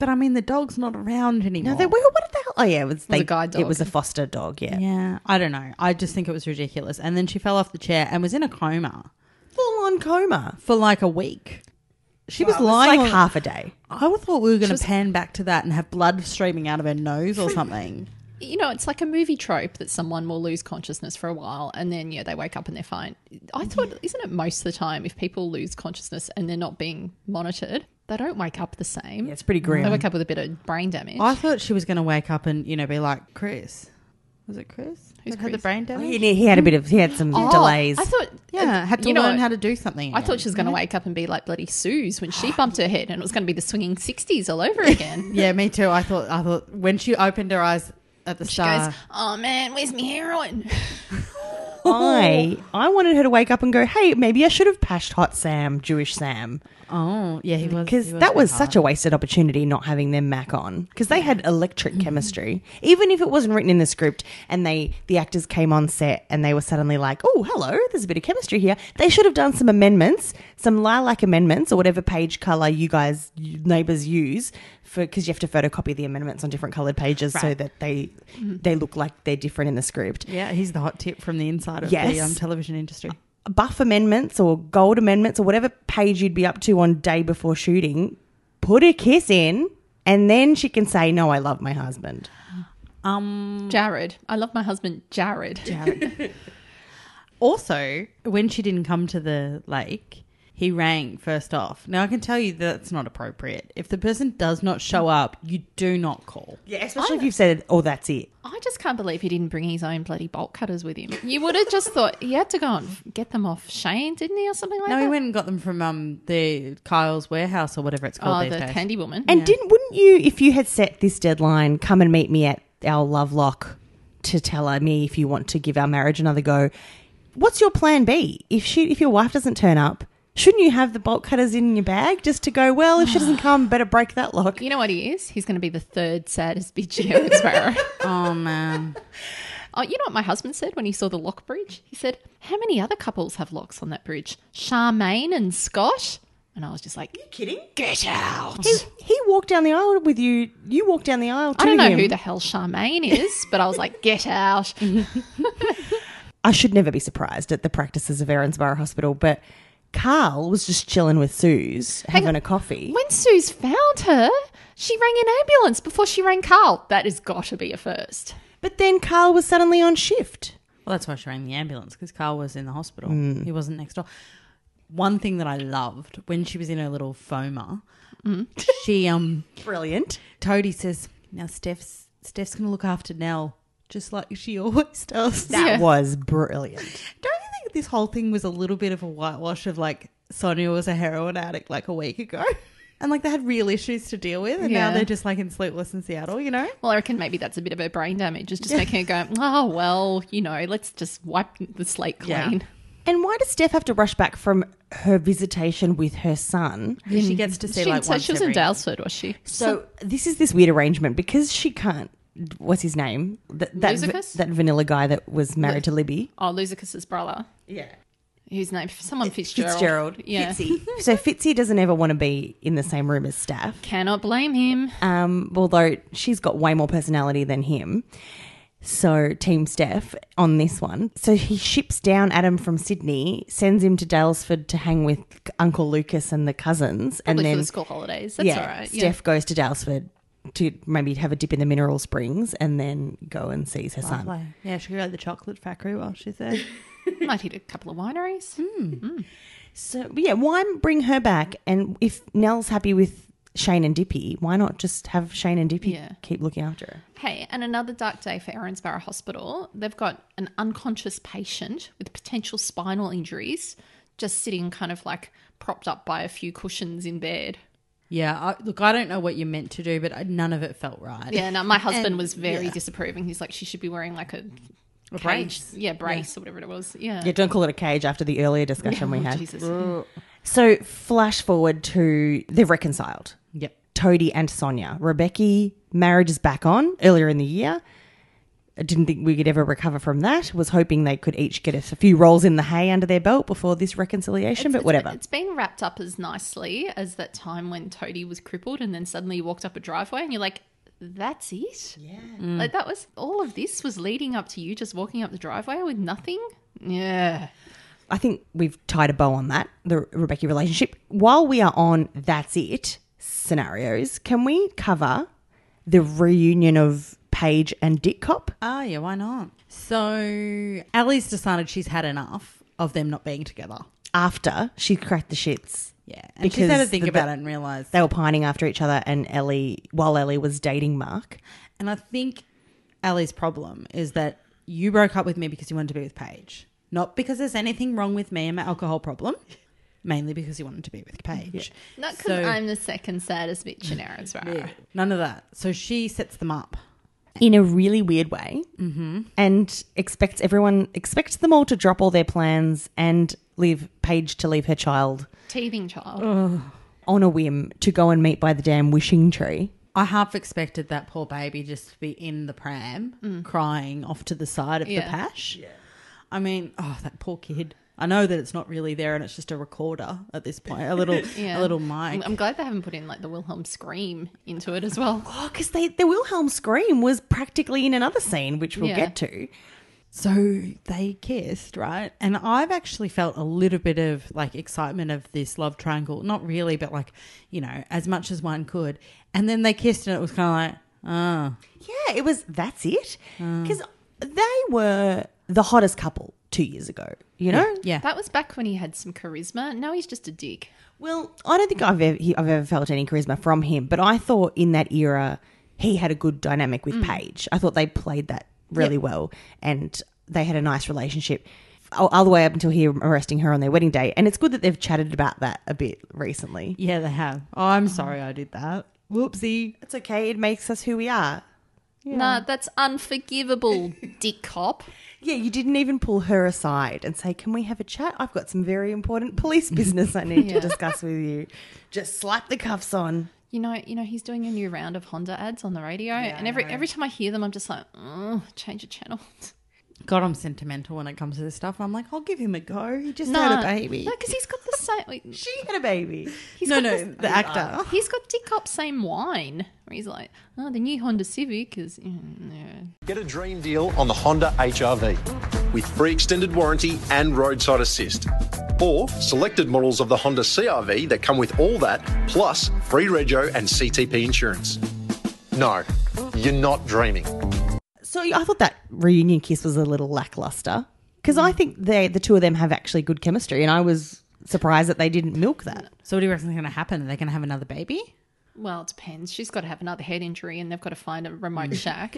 Speaker 5: But I mean, the dog's not around anymore.
Speaker 3: No, they, well, what the hell? Oh yeah, it was, they,
Speaker 4: a guide
Speaker 3: It
Speaker 4: dog.
Speaker 3: was a foster dog. Yeah.
Speaker 5: Yeah, I don't know. I just think it was ridiculous. And then she fell off the chair and was in a coma
Speaker 3: full on coma.
Speaker 5: for like a week. She was
Speaker 3: Well, it's
Speaker 5: lying
Speaker 3: like
Speaker 5: on-
Speaker 3: half a day.
Speaker 5: I thought we were going to pan back to that and have blood streaming out of her nose or something.
Speaker 4: You know, it's like a movie trope that someone will lose consciousness for a while and then yeah, they wake up and they're fine.
Speaker 5: Mm-hmm.
Speaker 4: I thought isn't it most of the time if people lose consciousness and they're not being monitored, they don't wake up the same.
Speaker 3: Yeah, it's pretty grim.
Speaker 4: They wake up with a bit of brain damage.
Speaker 5: I thought she was going to wake up and you know be like Chris. Was it Chris?
Speaker 4: Who's
Speaker 5: that had the
Speaker 4: Chris?
Speaker 5: brain damage?
Speaker 3: He, he had a bit of he had some
Speaker 4: Oh,
Speaker 3: delays.
Speaker 4: I thought uh,
Speaker 5: yeah, had to
Speaker 4: you know
Speaker 5: learn
Speaker 4: what?
Speaker 5: how to do something.
Speaker 4: I thought she was going to wake up and be like bloody Suze when
Speaker 5: <sighs>
Speaker 4: she bumped her head, and it was going to be the swinging sixties all over
Speaker 5: <laughs>
Speaker 4: again. <laughs>
Speaker 5: Yeah, me too. I thought. I thought when she opened her eyes at the
Speaker 4: She goes,
Speaker 5: start.
Speaker 4: "Oh man, where's my heroin?"
Speaker 3: I I wanted her to wake up and go, hey, maybe I should have pashed hot Sam, Jewish Sam,
Speaker 5: Oh, yeah, he was.
Speaker 3: because that was such a wasted opportunity not having them mac on because they had electric chemistry. Even if it wasn't written in the script, and they the actors came on set and they were suddenly like, oh, hello, there's a bit of chemistry here. They should have done some amendments, some lilac amendments or whatever page color you guys you neighbors use for because you have to photocopy the amendments on different colored pages so that they they look like they're different in the script.
Speaker 5: Yeah, he's the hot tip from the inside of the
Speaker 3: Yes.
Speaker 5: um, television industry.
Speaker 3: buff amendments or gold amendments or whatever page you'd be up to on day before shooting, put a kiss in, and then she can say, "No, I love my husband."
Speaker 5: Um,
Speaker 4: Jared. I love my husband, Jared.
Speaker 5: also, when she didn't come to the lake, he rang first off. Now I can tell you that's not appropriate. If the person does not show up, you do not call.
Speaker 3: Yeah, especially if you've said, "Oh, that's it."
Speaker 4: I just can't believe he didn't bring his own bloody bolt cutters with him. You would have just thought he had to go and get them off Shane, didn't he, or something like
Speaker 5: No,
Speaker 4: that?
Speaker 5: he went and got them from um the Kyle's warehouse or whatever it's
Speaker 4: Oh,
Speaker 5: called.
Speaker 4: the
Speaker 5: these days.
Speaker 4: candy woman.
Speaker 3: And didn't wouldn't you, if you had set this deadline, come and meet me at our love lock to tell me if you want to give our marriage another go? What's your plan B if she if your wife doesn't turn up? Shouldn't you have the bolt cutters in your bag just to go? Well, if she <sighs> doesn't come, better break that lock.
Speaker 4: you know what he is? He's going to be the third saddest bitch in Howard
Speaker 5: <laughs>
Speaker 4: Sparrow.
Speaker 5: Oh man,
Speaker 4: <laughs> oh, you know what my husband said when he saw the lock bridge? He said, How many other couples have locks on that bridge? Charmaine and Scott? And I was just like,
Speaker 3: kidding?
Speaker 4: Get out.
Speaker 3: He, he walked down the aisle with you. You walked down the aisle. To
Speaker 4: I don't know
Speaker 3: him.
Speaker 4: who the hell Charmaine is, but I was like, Get out.
Speaker 3: I should never be surprised at the practices of Erinsborough Hospital, but Carl was just chilling with Suze, having a coffee.
Speaker 4: When Suze found her, she rang an ambulance before she rang Carl. That has got to be a first.
Speaker 3: But then Carl was suddenly on shift.
Speaker 5: well that's why she rang the ambulance because Carl was in the hospital. He wasn't next door. One thing that I loved when she was in her little foma,
Speaker 4: Mm. <laughs>
Speaker 5: she um
Speaker 3: Brilliant.
Speaker 5: Toadie says, "Now Steph's Steph's gonna look after Nell, just like she <laughs> always does."
Speaker 3: That
Speaker 4: Yeah.
Speaker 3: was brilliant.
Speaker 5: Don't you think this whole thing was a little bit of a whitewash of like Sonia was a heroin addict like a week ago, <laughs> and like they had real issues to deal with, and
Speaker 4: Yeah.
Speaker 5: now they're just like in sleepless in Seattle, you know?
Speaker 4: Well, I reckon maybe that's a bit of her brain damage. It's just making her
Speaker 3: <laughs>
Speaker 4: go, oh, well, you know, let's just wipe the slate
Speaker 5: Yeah.
Speaker 4: clean.
Speaker 3: And why does Steph have to rush back from her visitation with her son?
Speaker 5: She gets to see
Speaker 4: She,
Speaker 5: like
Speaker 4: so
Speaker 5: once
Speaker 4: she was
Speaker 5: every.
Speaker 4: in Dalesford, was she?
Speaker 3: So this is this weird arrangement because she can't. What's his name? That that, va-
Speaker 4: Luzicus?
Speaker 3: that vanilla guy that was married to Libby.
Speaker 4: Oh, Luzicus's brother. Yeah. Whose name? Someone Fitzgerald.
Speaker 3: Fitzgerald.
Speaker 4: Yeah.
Speaker 3: Fitzy. so Fitzy doesn't ever want to be in the same room as Steph.
Speaker 4: Cannot blame him.
Speaker 3: um, although she's got way more personality than him. So, Team Steph on this one. So, he ships down Adam from Sydney, sends him to Dalesford to hang with Uncle Lucas and the cousins.
Speaker 4: Probably
Speaker 3: and then,
Speaker 4: for the school holidays. That's
Speaker 3: yeah,
Speaker 4: all right.
Speaker 3: Steph goes to Dalesford to maybe have a dip in the mineral springs and then go and sees her son.
Speaker 5: Like, yeah, she could go to the chocolate factory while she's there.
Speaker 4: Yeah. Might hit a couple of wineries.
Speaker 3: So, yeah, why bring her back? And if Nell's happy with Shane and Dippy, why not just have Shane and Dippy
Speaker 4: Yeah.
Speaker 3: keep looking after her?
Speaker 4: Hey, and another dark day for Erinsborough Hospital. They've got an unconscious patient with potential spinal injuries just sitting kind of like propped up by a few cushions in bed.
Speaker 5: <laughs> yeah, I, look, I don't know what you're meant to do, but I, none of it felt right.
Speaker 4: Yeah, no, my husband was very disapproving. He's like, she should be wearing like a, cage.
Speaker 5: brace.
Speaker 4: Yeah, brace or whatever it was. Yeah.
Speaker 3: Yeah, don't call it a cage after the earlier discussion we
Speaker 4: Oh,
Speaker 3: had.
Speaker 4: Jesus.
Speaker 3: So flash forward to they've reconciled.
Speaker 5: Yep.
Speaker 3: Toadie and Sonia. Rebecca marriage is back on earlier in the year. I didn't think we could ever recover from that. Was hoping they could each get a few rolls in the hay under their belt before this reconciliation, but whatever.
Speaker 4: It's been wrapped up as nicely as that time when Toadie was crippled and then suddenly you walked up a driveway and you're like, that's it? Yeah. Like that was all of this was leading up to you just walking up the driveway with nothing? Yeah.
Speaker 3: I think we've tied a bow on that, the Rebecca relationship. While we are on that's it scenarios, can we cover the reunion of Paige and Dick Cop?
Speaker 5: Ah, yeah, why not? So Ali's decided she's had enough of them not being together.
Speaker 3: after she cracked the shits.
Speaker 5: Yeah, and she's had to
Speaker 3: Because
Speaker 5: think
Speaker 3: the-
Speaker 5: about it and realize.
Speaker 3: They were pining after each other, and Ellie, while Ellie was dating Mark,
Speaker 5: And I think Ali's problem is that you broke up with me because you wanted to be with Paige, not because there's anything wrong with me and my alcohol problem. <laughs> Mainly because you wanted to be with Paige.
Speaker 4: Not because
Speaker 5: So-
Speaker 4: I'm the second saddest bitch in Erinsborough.
Speaker 5: None of that. So she sets them up.
Speaker 3: in a really weird way and expects everyone, expects them all to drop all their plans and leave Paige to leave her child
Speaker 4: Teething child.
Speaker 3: on a whim to go and meet by the damn wishing tree.
Speaker 5: I half expected that poor baby just to be in the pram, crying off to the side of the
Speaker 4: Mm. Yeah.
Speaker 5: pash. I mean, oh, that poor kid. I know that it's not really there, and it's just a recorder at this point.
Speaker 4: <laughs>
Speaker 5: A little, a little mic.
Speaker 4: I'm, I'm glad they haven't put in like the Wilhelm scream into it as well. <laughs>
Speaker 3: Oh, because they the Wilhelm scream was practically in another scene, which we'll
Speaker 4: Yeah.
Speaker 3: get to.
Speaker 5: So they kissed, right? And I've actually felt a little bit of like excitement of this love triangle. Not really, but like, you know, as much as one could. And then they kissed, and it was kind of like, oh,
Speaker 3: Yeah, it was. That's it. Because they were the hottest couple two years ago. You know.
Speaker 5: yeah.
Speaker 4: That was back when he had some charisma. Now he's just a dick.
Speaker 3: Well, I don't think I've ever he- I've ever felt any charisma from him, but I thought in that era he had a good dynamic with Paige. I thought they played that really well, and they had a nice relationship. All all the way up until he arresting her on their wedding day, and it's good that they've chatted about that a bit recently.
Speaker 5: yeah, they have. Oh, I'm sorry I did that. Whoopsie.
Speaker 3: It's okay; it makes us who we are.
Speaker 4: Nah, that's unforgivable, <laughs> dick cop.
Speaker 3: Yeah, you didn't even pull her aside and say, "Can we have a chat? I've got some very important <laughs> police business I need to discuss with you." Just slap the cuffs on.
Speaker 4: You know, you know, he's doing a new round of Honda ads on the radio, and every every time I hear them, I'm just like, oh, change the channel.
Speaker 5: God, I'm sentimental when it comes to this stuff. I'm like, I'll give him a go. He just
Speaker 4: Nah.
Speaker 5: had a baby.
Speaker 4: No, because he's got the same. wait,
Speaker 3: She had a baby.
Speaker 4: he's
Speaker 5: no,
Speaker 4: got
Speaker 5: no,
Speaker 4: the-
Speaker 5: the actor.
Speaker 4: He's got dick cop same wine. Where he's like, oh, the new Honda Civic is. mm, yeah.
Speaker 7: Get a dream deal on the Honda HRV with free extended warranty and roadside assist. Or selected models of the Honda CRV that come with all that, plus free rego and CTP insurance. No, you're not dreaming.
Speaker 3: So I thought that reunion kiss was a little lackluster because
Speaker 5: Mm.
Speaker 3: I think they the two of them have actually good chemistry, and I was surprised that they didn't milk that.
Speaker 5: So, what do you reckon's going to happen? Are they going to have another baby?
Speaker 4: Well, it depends. She's got to have another head injury, and they've got to find a remote shack.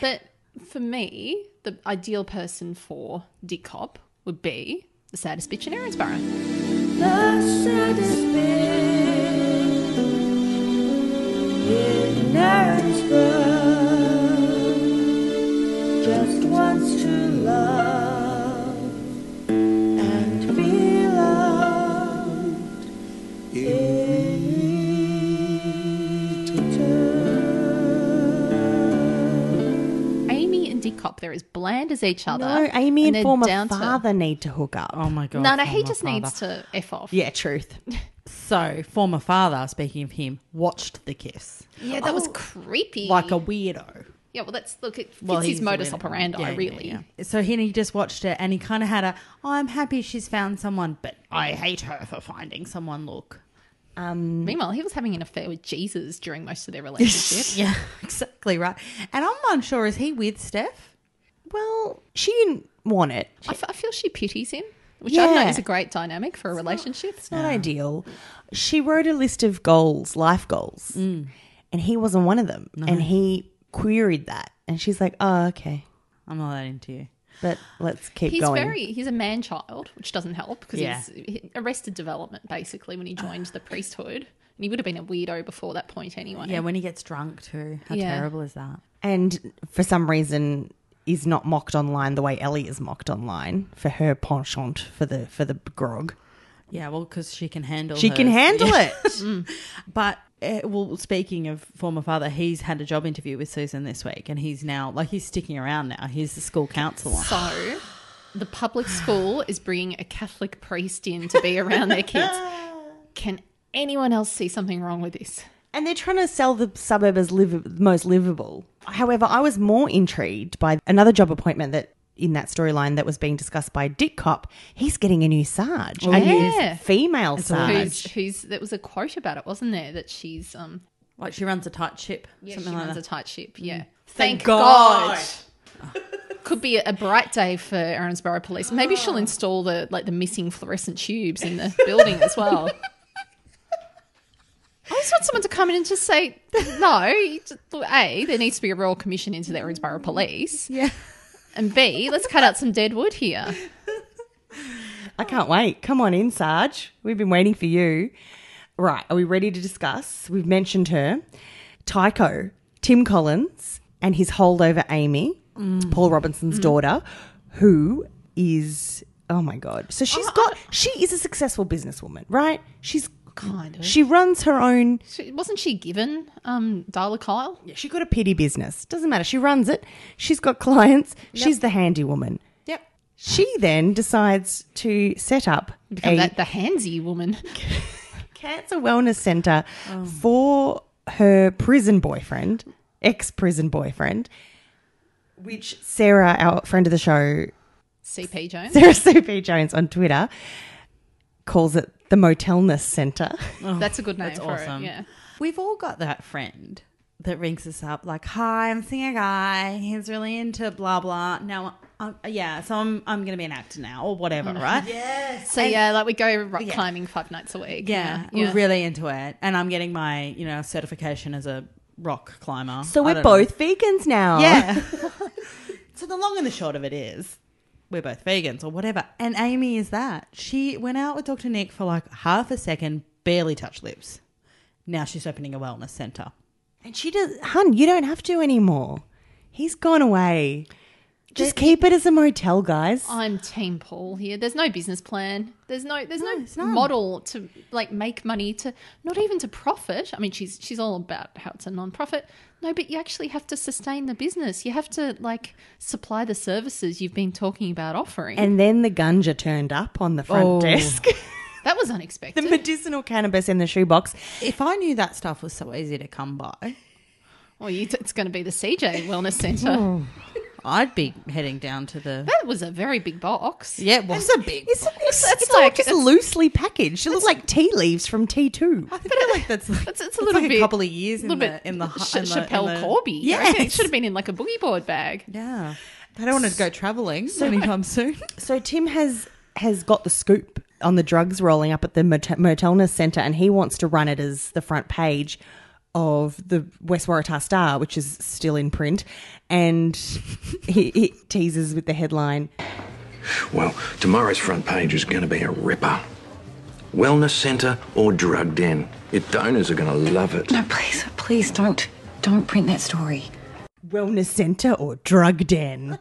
Speaker 4: But for me, the ideal person for dick cop would be the saddest bitch in Erinsborough.
Speaker 1: Just wants to love and be loved.
Speaker 4: Amy and dick cop, they're as bland as each other.
Speaker 3: No, Amy and,
Speaker 4: they're
Speaker 3: former
Speaker 4: down to-
Speaker 3: father need to hook up.
Speaker 5: Oh my God.
Speaker 4: no, no, he
Speaker 5: former
Speaker 4: just
Speaker 5: father.
Speaker 4: needs to f off.
Speaker 3: yeah,
Speaker 5: <laughs>
Speaker 3: truth.
Speaker 5: So, former father, speaking of him, watched the kiss
Speaker 4: Yeah, that was creepy.
Speaker 5: Oh, like a weirdo.
Speaker 4: yeah. Well, that's look. It fits
Speaker 5: Well,
Speaker 4: his
Speaker 5: he's a
Speaker 4: modus
Speaker 5: weirdo.
Speaker 4: operandi,
Speaker 5: Yeah, yeah,
Speaker 4: really.
Speaker 5: yeah. So he, he just watched it and he kind of had a, "Oh, I'm happy she's found someone, but I hate her for finding someone look. <laughs>
Speaker 4: Mm. Meanwhile, he was having an affair with Jesus during most of
Speaker 5: <laughs>
Speaker 4: their relationship.
Speaker 5: Yeah, exactly right. And I'm unsure, is he with Steph?
Speaker 3: Well, she didn't want it.
Speaker 4: I, f- I feel she pities him, which I don't
Speaker 3: Yeah.
Speaker 4: know is a great dynamic for a relationship.
Speaker 3: It's not ideal. She wrote a list of goals, life goals,
Speaker 5: Mm.
Speaker 3: and he wasn't one of them. And he queried that, and she's like, "Oh, okay,
Speaker 5: I'm not that into you.
Speaker 3: but let's keep
Speaker 4: He's
Speaker 3: going."
Speaker 4: very he's a man child, which doesn't help because
Speaker 5: Yeah.
Speaker 4: he's he arrested development basically when he
Speaker 5: <sighs>
Speaker 4: joined the priesthood, and he would have been a weirdo before that point anyway.
Speaker 5: Yeah, when he gets drunk too. How
Speaker 4: Yeah.
Speaker 5: terrible is that?
Speaker 3: and for some reason is not mocked online the way Ellie is mocked online for her penchant for the for the grog.
Speaker 5: Yeah, well, because she can handle
Speaker 3: She can
Speaker 5: hers.
Speaker 3: handle
Speaker 5: Yeah.
Speaker 3: it.
Speaker 5: <laughs> But uh, well, speaking of former father, he's had a job interview with Susan this week, and he's now like he's sticking around now. He's the school counselor.
Speaker 4: So the public school is bringing a Catholic priest in to be around their
Speaker 5: <laughs>
Speaker 4: kids. Can anyone else see something wrong with this?
Speaker 3: And they're trying to sell the suburb as liv- most livable. However, I was more intrigued by another job appointment that in that storyline that was being discussed by Dick Cop. He's getting a new Sarge, a
Speaker 4: Yeah.
Speaker 3: new female
Speaker 4: Who's,
Speaker 3: Sarge.
Speaker 4: who's there was a quote about it, wasn't there? That she's um
Speaker 5: Like she runs a tight ship.
Speaker 4: yeah,
Speaker 5: something
Speaker 4: she
Speaker 5: like
Speaker 4: runs
Speaker 5: that. Mm.
Speaker 4: a tight ship. Yeah.
Speaker 5: Thank God.
Speaker 4: Could be a bright day for Erinsborough Police. Maybe she'll install the like the missing fluorescent tubes in the building as <laughs> well. I just want someone to come in and just say, no, you just- A, there needs to be a royal commission into the Erinsborough Police. Yeah. And B, let's cut out some dead wood here.
Speaker 3: I can't wait. Come on in, Sarge. We've been waiting for you. Right, are we ready to discuss? We've mentioned her. Tycho, Tim Collins, and his holdover Amy, it's Paul Robinson's daughter, who is oh my god. So she's got she is a successful businesswoman, right? She's
Speaker 4: Kind of.
Speaker 3: she runs her own
Speaker 4: She- Wasn't she given um, Darla Kyle?
Speaker 3: she got a pity business. Doesn't matter. She runs it. She's got clients. She's the handy woman.
Speaker 5: Yep.
Speaker 3: She then decides to set up
Speaker 4: Become
Speaker 3: a
Speaker 4: that the handsy woman.
Speaker 3: cancer wellness center
Speaker 5: Oh.
Speaker 3: for her prison boyfriend, ex prison boyfriend, which Sarah, our friend of the show, <laughs>
Speaker 4: CP Jones.
Speaker 3: Sarah Sophie Jones on Twitter, calls it the Motelness Center.
Speaker 5: Oh,
Speaker 4: Oh, That's a good name for
Speaker 5: awesome.
Speaker 4: it. Yeah.
Speaker 5: We've all got that friend that rings us up like, "Hi, I'm seeing a guy. He's really into blah blah. Now, um, yeah, so I'm I'm gonna be an actor now or whatever, right?
Speaker 4: So yeah, like we go rock climbing five nights a week.
Speaker 5: yeah,
Speaker 4: yeah.
Speaker 5: we're really into it, and I'm getting my you know certification as a rock climber.
Speaker 3: So
Speaker 5: I
Speaker 3: we're
Speaker 5: don't know.
Speaker 3: both vegans now.
Speaker 5: <laughs> Yeah. <laughs> so the long and the short of it is we're both vegans or whatever. And Amy is that. She went out with Dr. Nick for like half a second, barely touched lips. Now she's opening a wellness center.
Speaker 3: And she does, hun, you don't have to anymore. He's gone away. Just keep it as a motel, guys.
Speaker 4: I'm Team Paul here. There's no business plan. There's no there's no, model to like make money to not even to profit. I mean, she's she's all about how it's a non-profit. No, but you actually have to sustain the business. You have to like supply the services you've been talking about offering.
Speaker 3: And then the gunja turned up on the front
Speaker 5: Oh.
Speaker 3: desk. <laughs>
Speaker 4: that was
Speaker 3: the
Speaker 5: <laughs>
Speaker 4: unexpected.
Speaker 3: medicinal cannabis in the shoebox.
Speaker 5: If I knew that stuff was so easy to come by,
Speaker 4: <laughs> well, you it's going to be the CJ
Speaker 5: <laughs>
Speaker 4: Wellness
Speaker 5: Hmm.
Speaker 4: Center.
Speaker 5: I'd be heading down to the.
Speaker 4: that was a very big box.
Speaker 5: Yeah, it was a big.
Speaker 3: It's, it's,
Speaker 4: That's
Speaker 3: it's all
Speaker 4: <laughs> like-
Speaker 3: just loosely packaged. It looks like tea leaves from T2.
Speaker 5: I feel like that's like,
Speaker 4: It's, it's a little
Speaker 5: like
Speaker 4: bit,
Speaker 5: a couple of years in
Speaker 4: little
Speaker 5: the in the, hu-
Speaker 4: Ch-
Speaker 5: in the- in
Speaker 4: Chappelle
Speaker 5: the-
Speaker 4: Corby. you
Speaker 5: Yes.
Speaker 4: reckon? it should have been in like a boogie board bag.
Speaker 5: Yeah, they don't want to go traveling
Speaker 4: <laughs>
Speaker 5: anytime soon.
Speaker 3: So Tim has has got the scoop on the drugs rolling up at the Mot- Motelness Centre and he wants to run it as the front page of the West Waratah Star, which is still in print. And he, he teases with the headline,
Speaker 8: Well, tomorrow's front page is going to be a ripper. Wellness centre or drug den. Your donors are going to love it.
Speaker 9: No, please, please don't. Don't print that story.
Speaker 3: Wellness Centre or Drug Den.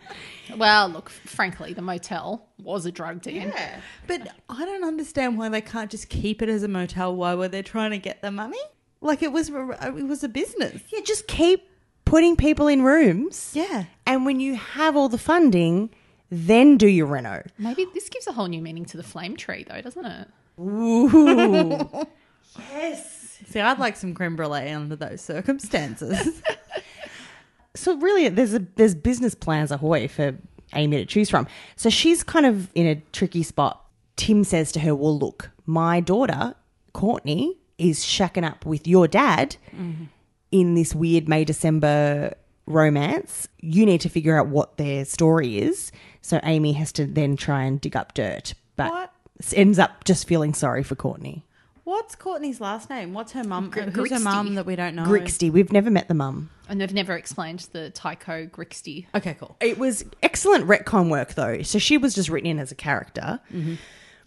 Speaker 4: Well, look, frankly, the motel was a drug den.
Speaker 5: But I don't understand why they can't just keep it as a motel. Why were they trying to get the money? Like it was, it was a business.
Speaker 3: Yeah, just keep putting people in rooms.
Speaker 5: Yeah.
Speaker 3: And when you have all the funding, then do your reno.
Speaker 4: Maybe this gives a whole new meaning to the flame tree, though, doesn't it?
Speaker 5: See, I'd like some creme brulee under
Speaker 4: <laughs>
Speaker 5: those circumstances.
Speaker 3: so really there's a there's business plans ahoy for Amy to choose from. So she's kind of in a tricky spot. Tim says to her, Well, look, my daughter, Courtney, is shacking up with your dad in this weird May December romance. You need to figure out what their story is. So Amy has to then try and dig up dirt. But
Speaker 5: What?
Speaker 3: ends up just feeling sorry for Courtney.
Speaker 5: What's Courtney's last name? What's her mum?
Speaker 4: Gr-
Speaker 5: Who's her
Speaker 4: Grixty.
Speaker 5: mum that we don't know?
Speaker 3: Grixty, we've never met the mum.
Speaker 4: And they've never explained the Tycho Grixty.
Speaker 5: Okay, cool.
Speaker 3: It was excellent retcon work, though. So she was just written in as a character,
Speaker 4: Mm-hmm.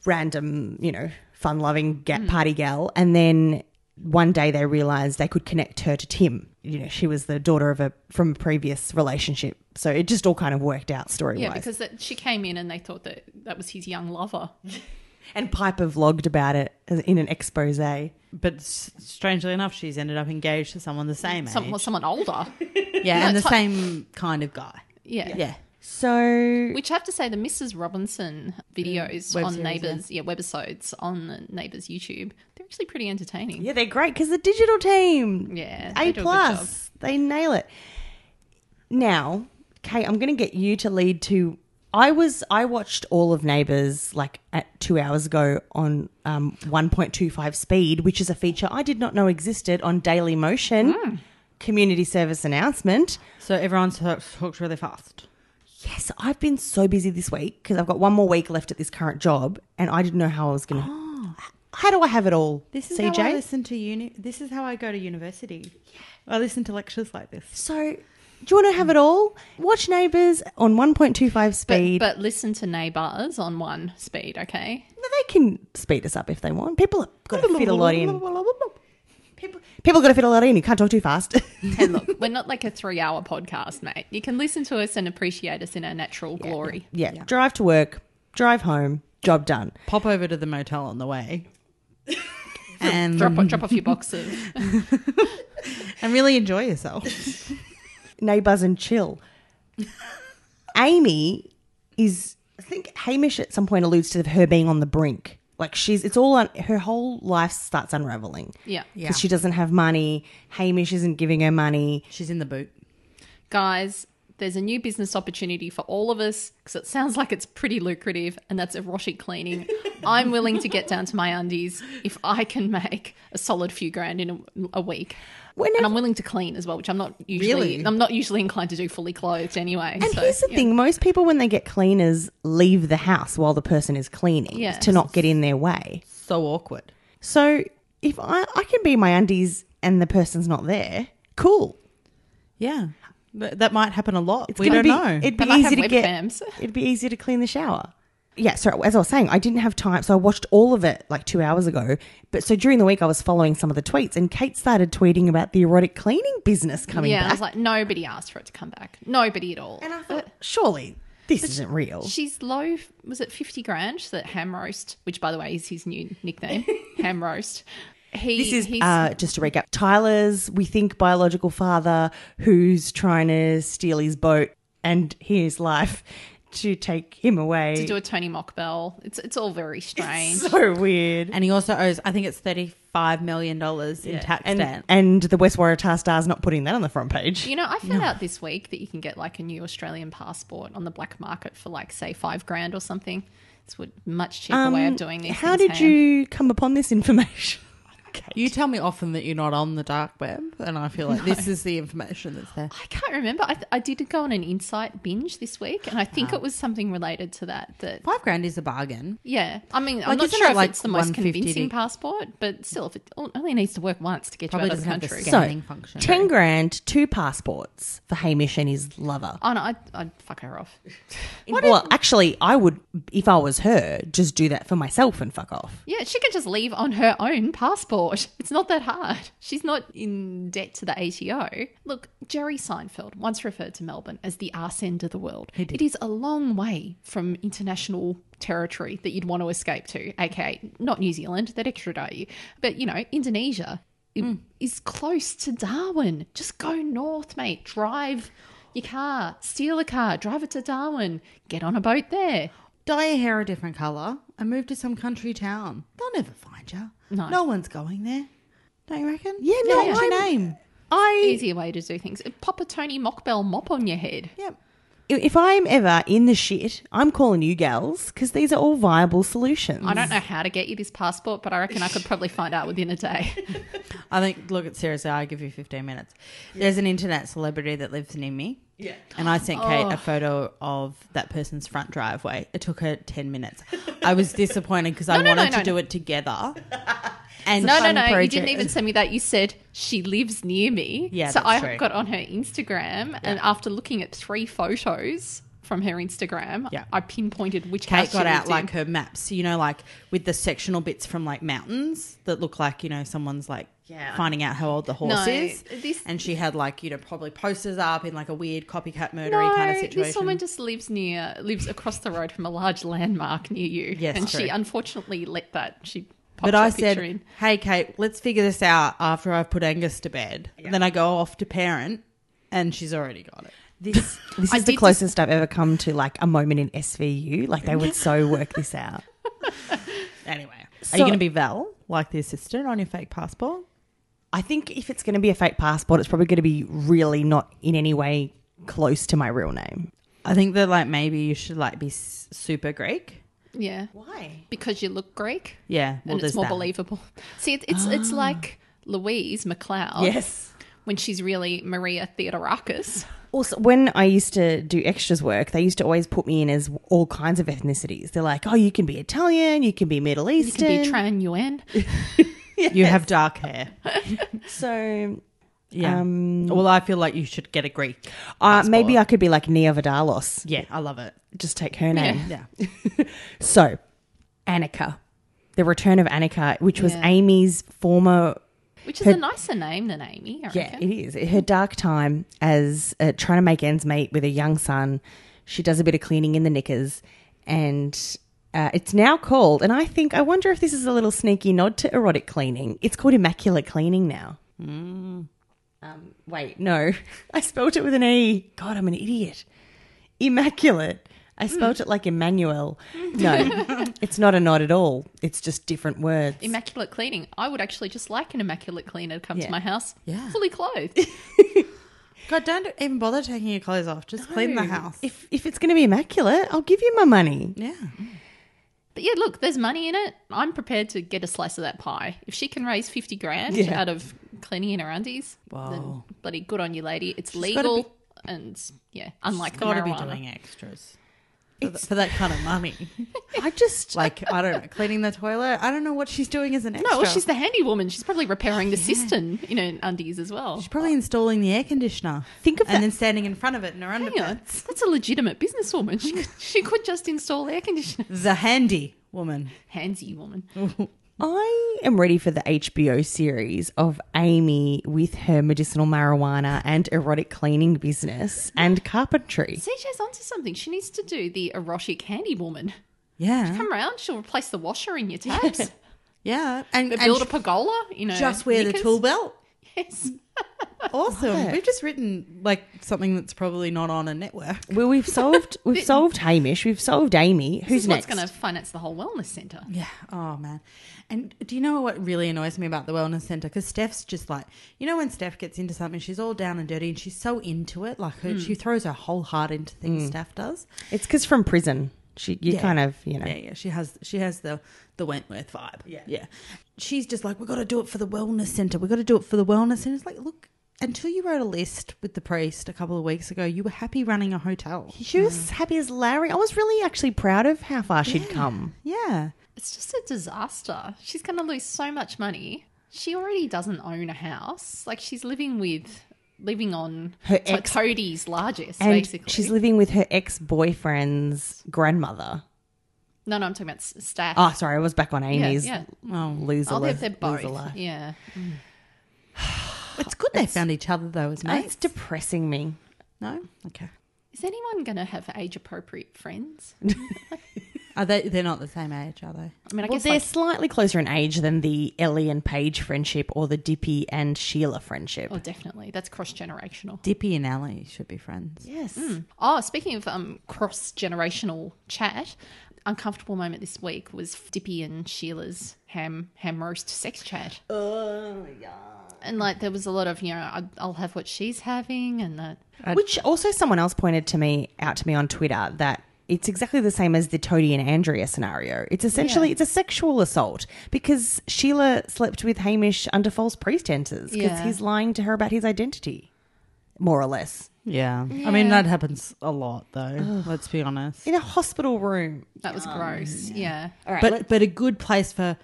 Speaker 3: random, you know, fun loving ga-
Speaker 4: Mm.
Speaker 3: party gal. And then one day they realized they could connect her to Tim. You know, she was the daughter of a from a previous relationship. So it just all kind of worked out story
Speaker 4: Yeah,
Speaker 3: wise.
Speaker 4: because that, she came in and they thought that that was his young lover.
Speaker 3: and Piper vlogged about it as- in an expose.
Speaker 5: But s- strangely enough, she's ended up engaged to someone the same age.
Speaker 4: Some, well, someone older.
Speaker 5: yeah, and the
Speaker 4: it's like-
Speaker 5: same kind of guy.
Speaker 4: Yeah.
Speaker 5: Yeah.
Speaker 3: So
Speaker 4: Which I have to say, the Mrs. Robinson videos
Speaker 5: web
Speaker 4: on
Speaker 5: series,
Speaker 4: Neighbours, yeah. webisodes on the Neighbours YouTube, they're actually pretty entertaining.
Speaker 3: yeah, they're great because the digital team.
Speaker 4: Yeah, they
Speaker 3: A
Speaker 4: do a good
Speaker 3: plus. They nail it. Now, Kate, I'm going to get you to lead to. I was I watched all of Neighbours like at two hours ago on um, 1.25 speed, which is a feature I did not know existed on Daily Motion. Community service announcement.
Speaker 5: So everyone talks, talks really fast.
Speaker 3: Yes, I've been so busy this week because I've got one more week left at this current job, and I didn't know how I was going to. How do I have it all?
Speaker 5: This is
Speaker 3: CJ.
Speaker 5: how I listen to uni. This is how I go to university. I listen to lectures like this.
Speaker 3: So, do you want to have it all? Watch Neighbours on 1.25
Speaker 4: But,
Speaker 3: speed.
Speaker 4: but listen to Neighbours on one speed, okay? <laughs>
Speaker 3: No, they can speed us up if they want. People have got to fit a lot in. People, people got to fit a lot in. You can't talk too fast. <laughs>
Speaker 4: And look, we're not like a three hour podcast, mate. You can listen to us and appreciate us in our natural glory.
Speaker 3: yeah. Drive to work, drive home, job done.
Speaker 5: Pop over to the motel on the <laughs> way. and,
Speaker 4: Drop, drop off your boxes.
Speaker 5: and really enjoy yourself.
Speaker 3: neighbors and
Speaker 4: <laughs>
Speaker 3: chill. Amy is, I think Hamish at some point alludes to her being on the brink. Like she's, it's all on her whole life starts unraveling.
Speaker 4: Yeah.
Speaker 5: Yeah.
Speaker 3: Because she doesn't have money. Hamish isn't giving her money.
Speaker 5: She's in the boot.
Speaker 4: Guys, there's a new business opportunity for all of us because it sounds like it's pretty lucrative, and that's
Speaker 3: <laughs>
Speaker 4: erotic cleaning. I'm willing to get down to my undies if I can make a solid few grand in a, a week. and I'm willing to clean as well, which I'm not usually.
Speaker 5: Really?
Speaker 4: I'm not usually inclined to do fully clothed anyway.
Speaker 3: And
Speaker 4: so,
Speaker 3: here's the
Speaker 4: yeah.
Speaker 3: thing most people, when they get cleaners, leave the house while the person is cleaning
Speaker 4: Yes.
Speaker 3: to not get in their way.
Speaker 5: So awkward.
Speaker 3: So if I, I can be in my undies and the person's not there, cool.
Speaker 5: Yeah. But that might happen a lot. we
Speaker 3: gonna
Speaker 5: don't
Speaker 3: be-
Speaker 5: know.
Speaker 3: It'd be
Speaker 4: They might
Speaker 3: easy
Speaker 4: have
Speaker 3: to get.
Speaker 4: webcams.
Speaker 3: <laughs> It'd be easy to clean the shower. Yeah. So as I was saying, I didn't have time, so I watched all of it like two hours ago. But so during the week, I was following some of the tweets, and Kate started tweeting about the erotic cleaning business coming
Speaker 4: Yeah, I
Speaker 3: back.
Speaker 4: was like, nobody asked for it to come back. Nobody at all.
Speaker 3: and I thought, surely this isn't real.
Speaker 4: She's low. Was it fifty grand that ham roast, which by the way is his new
Speaker 3: <laughs>
Speaker 4: nickname, ham roast. He,
Speaker 3: this is
Speaker 4: he's,
Speaker 3: uh, just to recap. Tyler's, we think, biological father who's trying to steal his boat and his life to take him away.
Speaker 4: to do a Tony Mock Bell. It's it's all very strange.
Speaker 3: so weird.
Speaker 5: and he also owes, I think it's $35 million in tax debt.
Speaker 3: And, and the West Waratah Star's not putting that on the front page.
Speaker 4: you know, I found out this week that you can get like a new Australian passport on the black market for like say five grand or something. It's a much cheaper way
Speaker 5: Um,
Speaker 4: of doing this.
Speaker 3: Um, How did you come upon this information? <laughs>
Speaker 5: You tell me often that you're not on the dark web, and I feel like this is the information that's there.
Speaker 4: I can't remember. I, th- I did go on an insight binge this week, and I think it was something related to that. That
Speaker 5: Five grand is a bargain.
Speaker 4: yeah, I mean, I'm
Speaker 5: Like,
Speaker 4: not
Speaker 5: isn't
Speaker 4: sure
Speaker 5: it
Speaker 4: if
Speaker 5: like
Speaker 4: it's the most
Speaker 5: 150
Speaker 4: convincing
Speaker 5: to-
Speaker 4: passport, but still, if it only needs to work once to get
Speaker 5: Probably
Speaker 4: you out of the
Speaker 5: doesn't have the
Speaker 4: country,
Speaker 5: scale. Scanning function.
Speaker 3: ten grand, two passports for Hamish and his lover.
Speaker 4: Oh no, I'd, I'd fuck her off.
Speaker 3: well, actually, I would, if I was her, just do that for myself and fuck off.
Speaker 4: Yeah, she could just leave on her own passport. <laughs> It's not that hard. She's not in debt to the ATO. Look, Jerry Seinfeld once referred to Melbourne as the arse end of the world. It is a long way from international territory that you'd want to escape to, aka not New Zealand, that extradite you. But, you know, Indonesia i- is close to Darwin. Just go north, mate. Drive your car, steal a car, drive it to Darwin, get on a boat there.
Speaker 5: Dye your hair a different colour and move to some country town. They'll never find you.
Speaker 4: No.
Speaker 5: one's going there. Don't you reckon?
Speaker 3: Yeah, no,
Speaker 5: What's your name?
Speaker 3: I
Speaker 4: easier way to do things. Pop a Tony Mockbell mop on your head.
Speaker 5: Yep.
Speaker 3: if I'm ever in the shit, I'm calling you gals because these are all viable solutions.
Speaker 4: I don't know how to get you this passport, but I reckon I could probably find out within a
Speaker 5: <laughs>
Speaker 4: day.
Speaker 5: I think, look, at seriously, I give you 15 minutes. There's an internet celebrity that lives near me. Yeah. And I sent Kate
Speaker 4: Oh.
Speaker 5: a photo of that person's front driveway. It took her 10 minutes.
Speaker 4: <laughs>
Speaker 5: I was disappointed because I
Speaker 4: no, no,
Speaker 5: wanted to
Speaker 4: no,
Speaker 5: do
Speaker 4: no. <laughs>
Speaker 5: it together. And
Speaker 4: No, no, no. You didn't even send me that. You said she lives near me.
Speaker 5: Yeah,
Speaker 4: So
Speaker 5: that's
Speaker 4: I
Speaker 5: true.
Speaker 4: got on her Instagram, and after looking at three photos from her Instagram,
Speaker 5: Yeah.
Speaker 4: I pinpointed which house
Speaker 5: Kate
Speaker 4: she
Speaker 5: got out
Speaker 4: lived
Speaker 5: like
Speaker 4: in.
Speaker 5: her maps, you know, like with the sectional bits from like mountains that look like, you know, someone's like finding out how old the horse
Speaker 4: No,
Speaker 5: is.
Speaker 4: this-
Speaker 5: and she had like, you know, probably posters up in like a weird copycat murdery
Speaker 4: No,
Speaker 5: kind of situation.
Speaker 4: this woman just lives near, lives across the road from a large landmark near you.
Speaker 5: Yes,
Speaker 4: and she
Speaker 5: true.
Speaker 4: unfortunately let that. She popped
Speaker 5: But
Speaker 4: her
Speaker 5: I
Speaker 4: picture
Speaker 5: said,
Speaker 4: in.
Speaker 5: "Hey, Kate, let's figure this out after I've put Angus to bed." Then I go off to parent, and she's already got it.
Speaker 3: This, this
Speaker 4: I
Speaker 3: is the
Speaker 4: did just-
Speaker 3: closest I've ever come to like a moment in SVU. Like they would so work this out.
Speaker 5: Anyway,
Speaker 3: So-
Speaker 5: are you going to be Val like the assistant on your fake passport?
Speaker 3: I think if it's going to be a fake passport, it's probably going to be really not in any way close to my real name.
Speaker 5: I think that like maybe you should like be s- super Greek.
Speaker 4: Yeah.
Speaker 3: Why?
Speaker 4: Because you look Greek.
Speaker 5: Yeah, well,
Speaker 4: and
Speaker 5: there's
Speaker 4: it's more
Speaker 5: that. Ah.
Speaker 4: believable. See, it's it's, it's like Louise McLeod
Speaker 3: Yes.
Speaker 4: when she's really Maria Theodorakis.
Speaker 3: Also, when I used to do extras work, they used to always put me in as all kinds of ethnicities. They're like, oh, you can be Italian, you can be Middle
Speaker 4: You
Speaker 3: Eastern.
Speaker 4: can be Tran Yuen.
Speaker 5: You have
Speaker 4: <laughs>
Speaker 5: dark hair.
Speaker 3: so
Speaker 5: Yeah. Um, well, I feel like you should get a Greek.
Speaker 3: uh, maybe
Speaker 5: passport.
Speaker 3: I could be like Nia Vidalos.
Speaker 5: Yeah, I love it.
Speaker 3: Just take her name.
Speaker 5: Yeah.
Speaker 3: <laughs> So, Annika. The return of Annika, which was Amy's former
Speaker 4: Which is
Speaker 3: Her-
Speaker 4: a nicer name than Amy, I
Speaker 3: Yeah,
Speaker 4: reckon.
Speaker 3: it is. Her dark time as uh, trying to make ends meet with a young son. She does a bit of cleaning in the knickers, and uh, it's now called. And I think I wonder if this is a little sneaky nod to erotic cleaning. It's called immaculate cleaning now. Um, wait, no, <laughs> I spelt it with an e. God, I'm an idiot. Immaculate. I spelt it like Emmanuel. No, it's not a nod at all. It's just different words.
Speaker 4: Immaculate cleaning. I would actually just like an immaculate cleaner to come
Speaker 3: Yeah.
Speaker 4: to my house
Speaker 5: Yeah.
Speaker 4: fully clothed.
Speaker 5: God, don't even bother taking your clothes off. Just clean the house.
Speaker 3: if if it's going to be immaculate, I'll give you my
Speaker 5: <laughs>
Speaker 3: money.
Speaker 5: yeah.
Speaker 4: But yeah, look, there's money in it. I'm prepared to get a slice of that pie. If she can raise 50 grand
Speaker 3: Yeah.
Speaker 4: out of cleaning in her undies, then
Speaker 5: Wow.
Speaker 4: bloody good on you, lady. It's
Speaker 5: gotta
Speaker 4: legal. and yeah, unlike the
Speaker 5: Got to be
Speaker 4: marijuana.
Speaker 5: doing extras. For, th- for that kind of money. <laughs>
Speaker 3: I just
Speaker 5: like, I don't know, cleaning the toilet. I don't know what she's doing as an extra.
Speaker 4: No, Oh, well, she's the handy woman. She's probably repairing the cistern in her undies as well.
Speaker 5: She's probably installing the air conditioner.
Speaker 3: Think of
Speaker 5: and
Speaker 3: that-
Speaker 5: then standing in front of it in her
Speaker 4: Hang on,
Speaker 5: underpants.
Speaker 4: that's a legitimate businesswoman. She could, <laughs> she could just install air conditioner.
Speaker 5: The handy woman.
Speaker 4: Handsy woman.
Speaker 3: I am ready for the HBO series of Amy with her medicinal marijuana and erotic cleaning business and carpentry.
Speaker 4: CJ's onto something. She needs to do the erotic handy woman.
Speaker 5: Yeah.
Speaker 4: Come round, she'll replace the washer in your taps.
Speaker 5: Yeah. And, and
Speaker 4: Build a
Speaker 5: sh-
Speaker 4: pergola, you know.
Speaker 5: just wear the tool belt.
Speaker 4: <laughs> Yes.
Speaker 5: Awesome. We've just written like something that's probably not on a network.
Speaker 3: Well, we've
Speaker 4: <laughs>
Speaker 3: solved we've solved Hamish, we've solved Amy. Who's
Speaker 4: This is
Speaker 3: next?
Speaker 4: what's going to finance the whole wellness centre.
Speaker 5: Yeah. Oh man. And do you know what really annoys me about the wellness center? Because Steph's just like, you know, when Steph gets into something, she's all down and dirty, and she's so into it. Like
Speaker 4: Hmm.
Speaker 5: her, she throws her whole heart into things. Steph does.
Speaker 3: It's because from prison, she you
Speaker 5: Yeah.
Speaker 3: kind of you know
Speaker 5: Yeah, yeah. She has she has the the Wentworth vibe. Yeah. Yeah. She's just like, We've got to do it for the wellness center. We've got to do it for the wellness center. It's like, look, until you wrote a list with the priest a couple of weeks ago, you were happy running a hotel.
Speaker 3: she
Speaker 4: Mm.
Speaker 3: was happy as Larry. I was really actually proud of how far she'd come.
Speaker 5: Yeah.
Speaker 4: It's just a disaster. She's going to lose so much money. She already doesn't own a house. Like she's living with, living on
Speaker 3: Her
Speaker 4: to-
Speaker 3: ex-
Speaker 4: Cody's largest,
Speaker 3: And
Speaker 4: basically.
Speaker 3: she's living with her ex boyfriend's grandmother.
Speaker 4: no, no, I'm talking about s- staff.
Speaker 3: Oh, sorry, I was back on
Speaker 4: yeah,
Speaker 3: Amy's
Speaker 4: yeah.
Speaker 3: loser.
Speaker 4: Oh, they're,
Speaker 3: life-
Speaker 4: they're both.
Speaker 3: loser life.
Speaker 4: Yeah.
Speaker 5: It's good they found each other though as
Speaker 3: That's
Speaker 5: mates.
Speaker 3: depressing me.
Speaker 5: no? Okay.
Speaker 4: Is anyone going to have age appropriate friends?
Speaker 5: Are they they're not the same age, are they?
Speaker 4: I mean,
Speaker 3: Well,
Speaker 4: I guess
Speaker 3: they're
Speaker 4: like,
Speaker 3: slightly closer in age than the Ellie and Paige friendship or the Dippy and Sheila friendship.
Speaker 4: oh, definitely. That's cross generational.
Speaker 5: Dippy and Ellie should be friends.
Speaker 3: yes.
Speaker 4: Oh, speaking of um, cross generational chat, uncomfortable moment this week was Dippy and Sheila's ham ham roast sex chat. Oh yeah. And like there was a lot of you know I- I'll have what she's having and that.
Speaker 3: Which also someone else pointed to me out to me on Twitter that it's exactly the same as the Toadie and Andrea scenario. It's essentially
Speaker 4: Yeah.
Speaker 3: it's a sexual assault because Sheila slept with Hamish under false pretenses because
Speaker 4: Yeah.
Speaker 3: he's lying to her about his identity, more or less,
Speaker 5: Yeah. I mean that happens a lot though, let's be honest.
Speaker 3: in a hospital room.
Speaker 4: That
Speaker 5: Oh,
Speaker 4: was gross. Yeah.
Speaker 3: All right,
Speaker 5: but
Speaker 3: let-
Speaker 5: but a good place for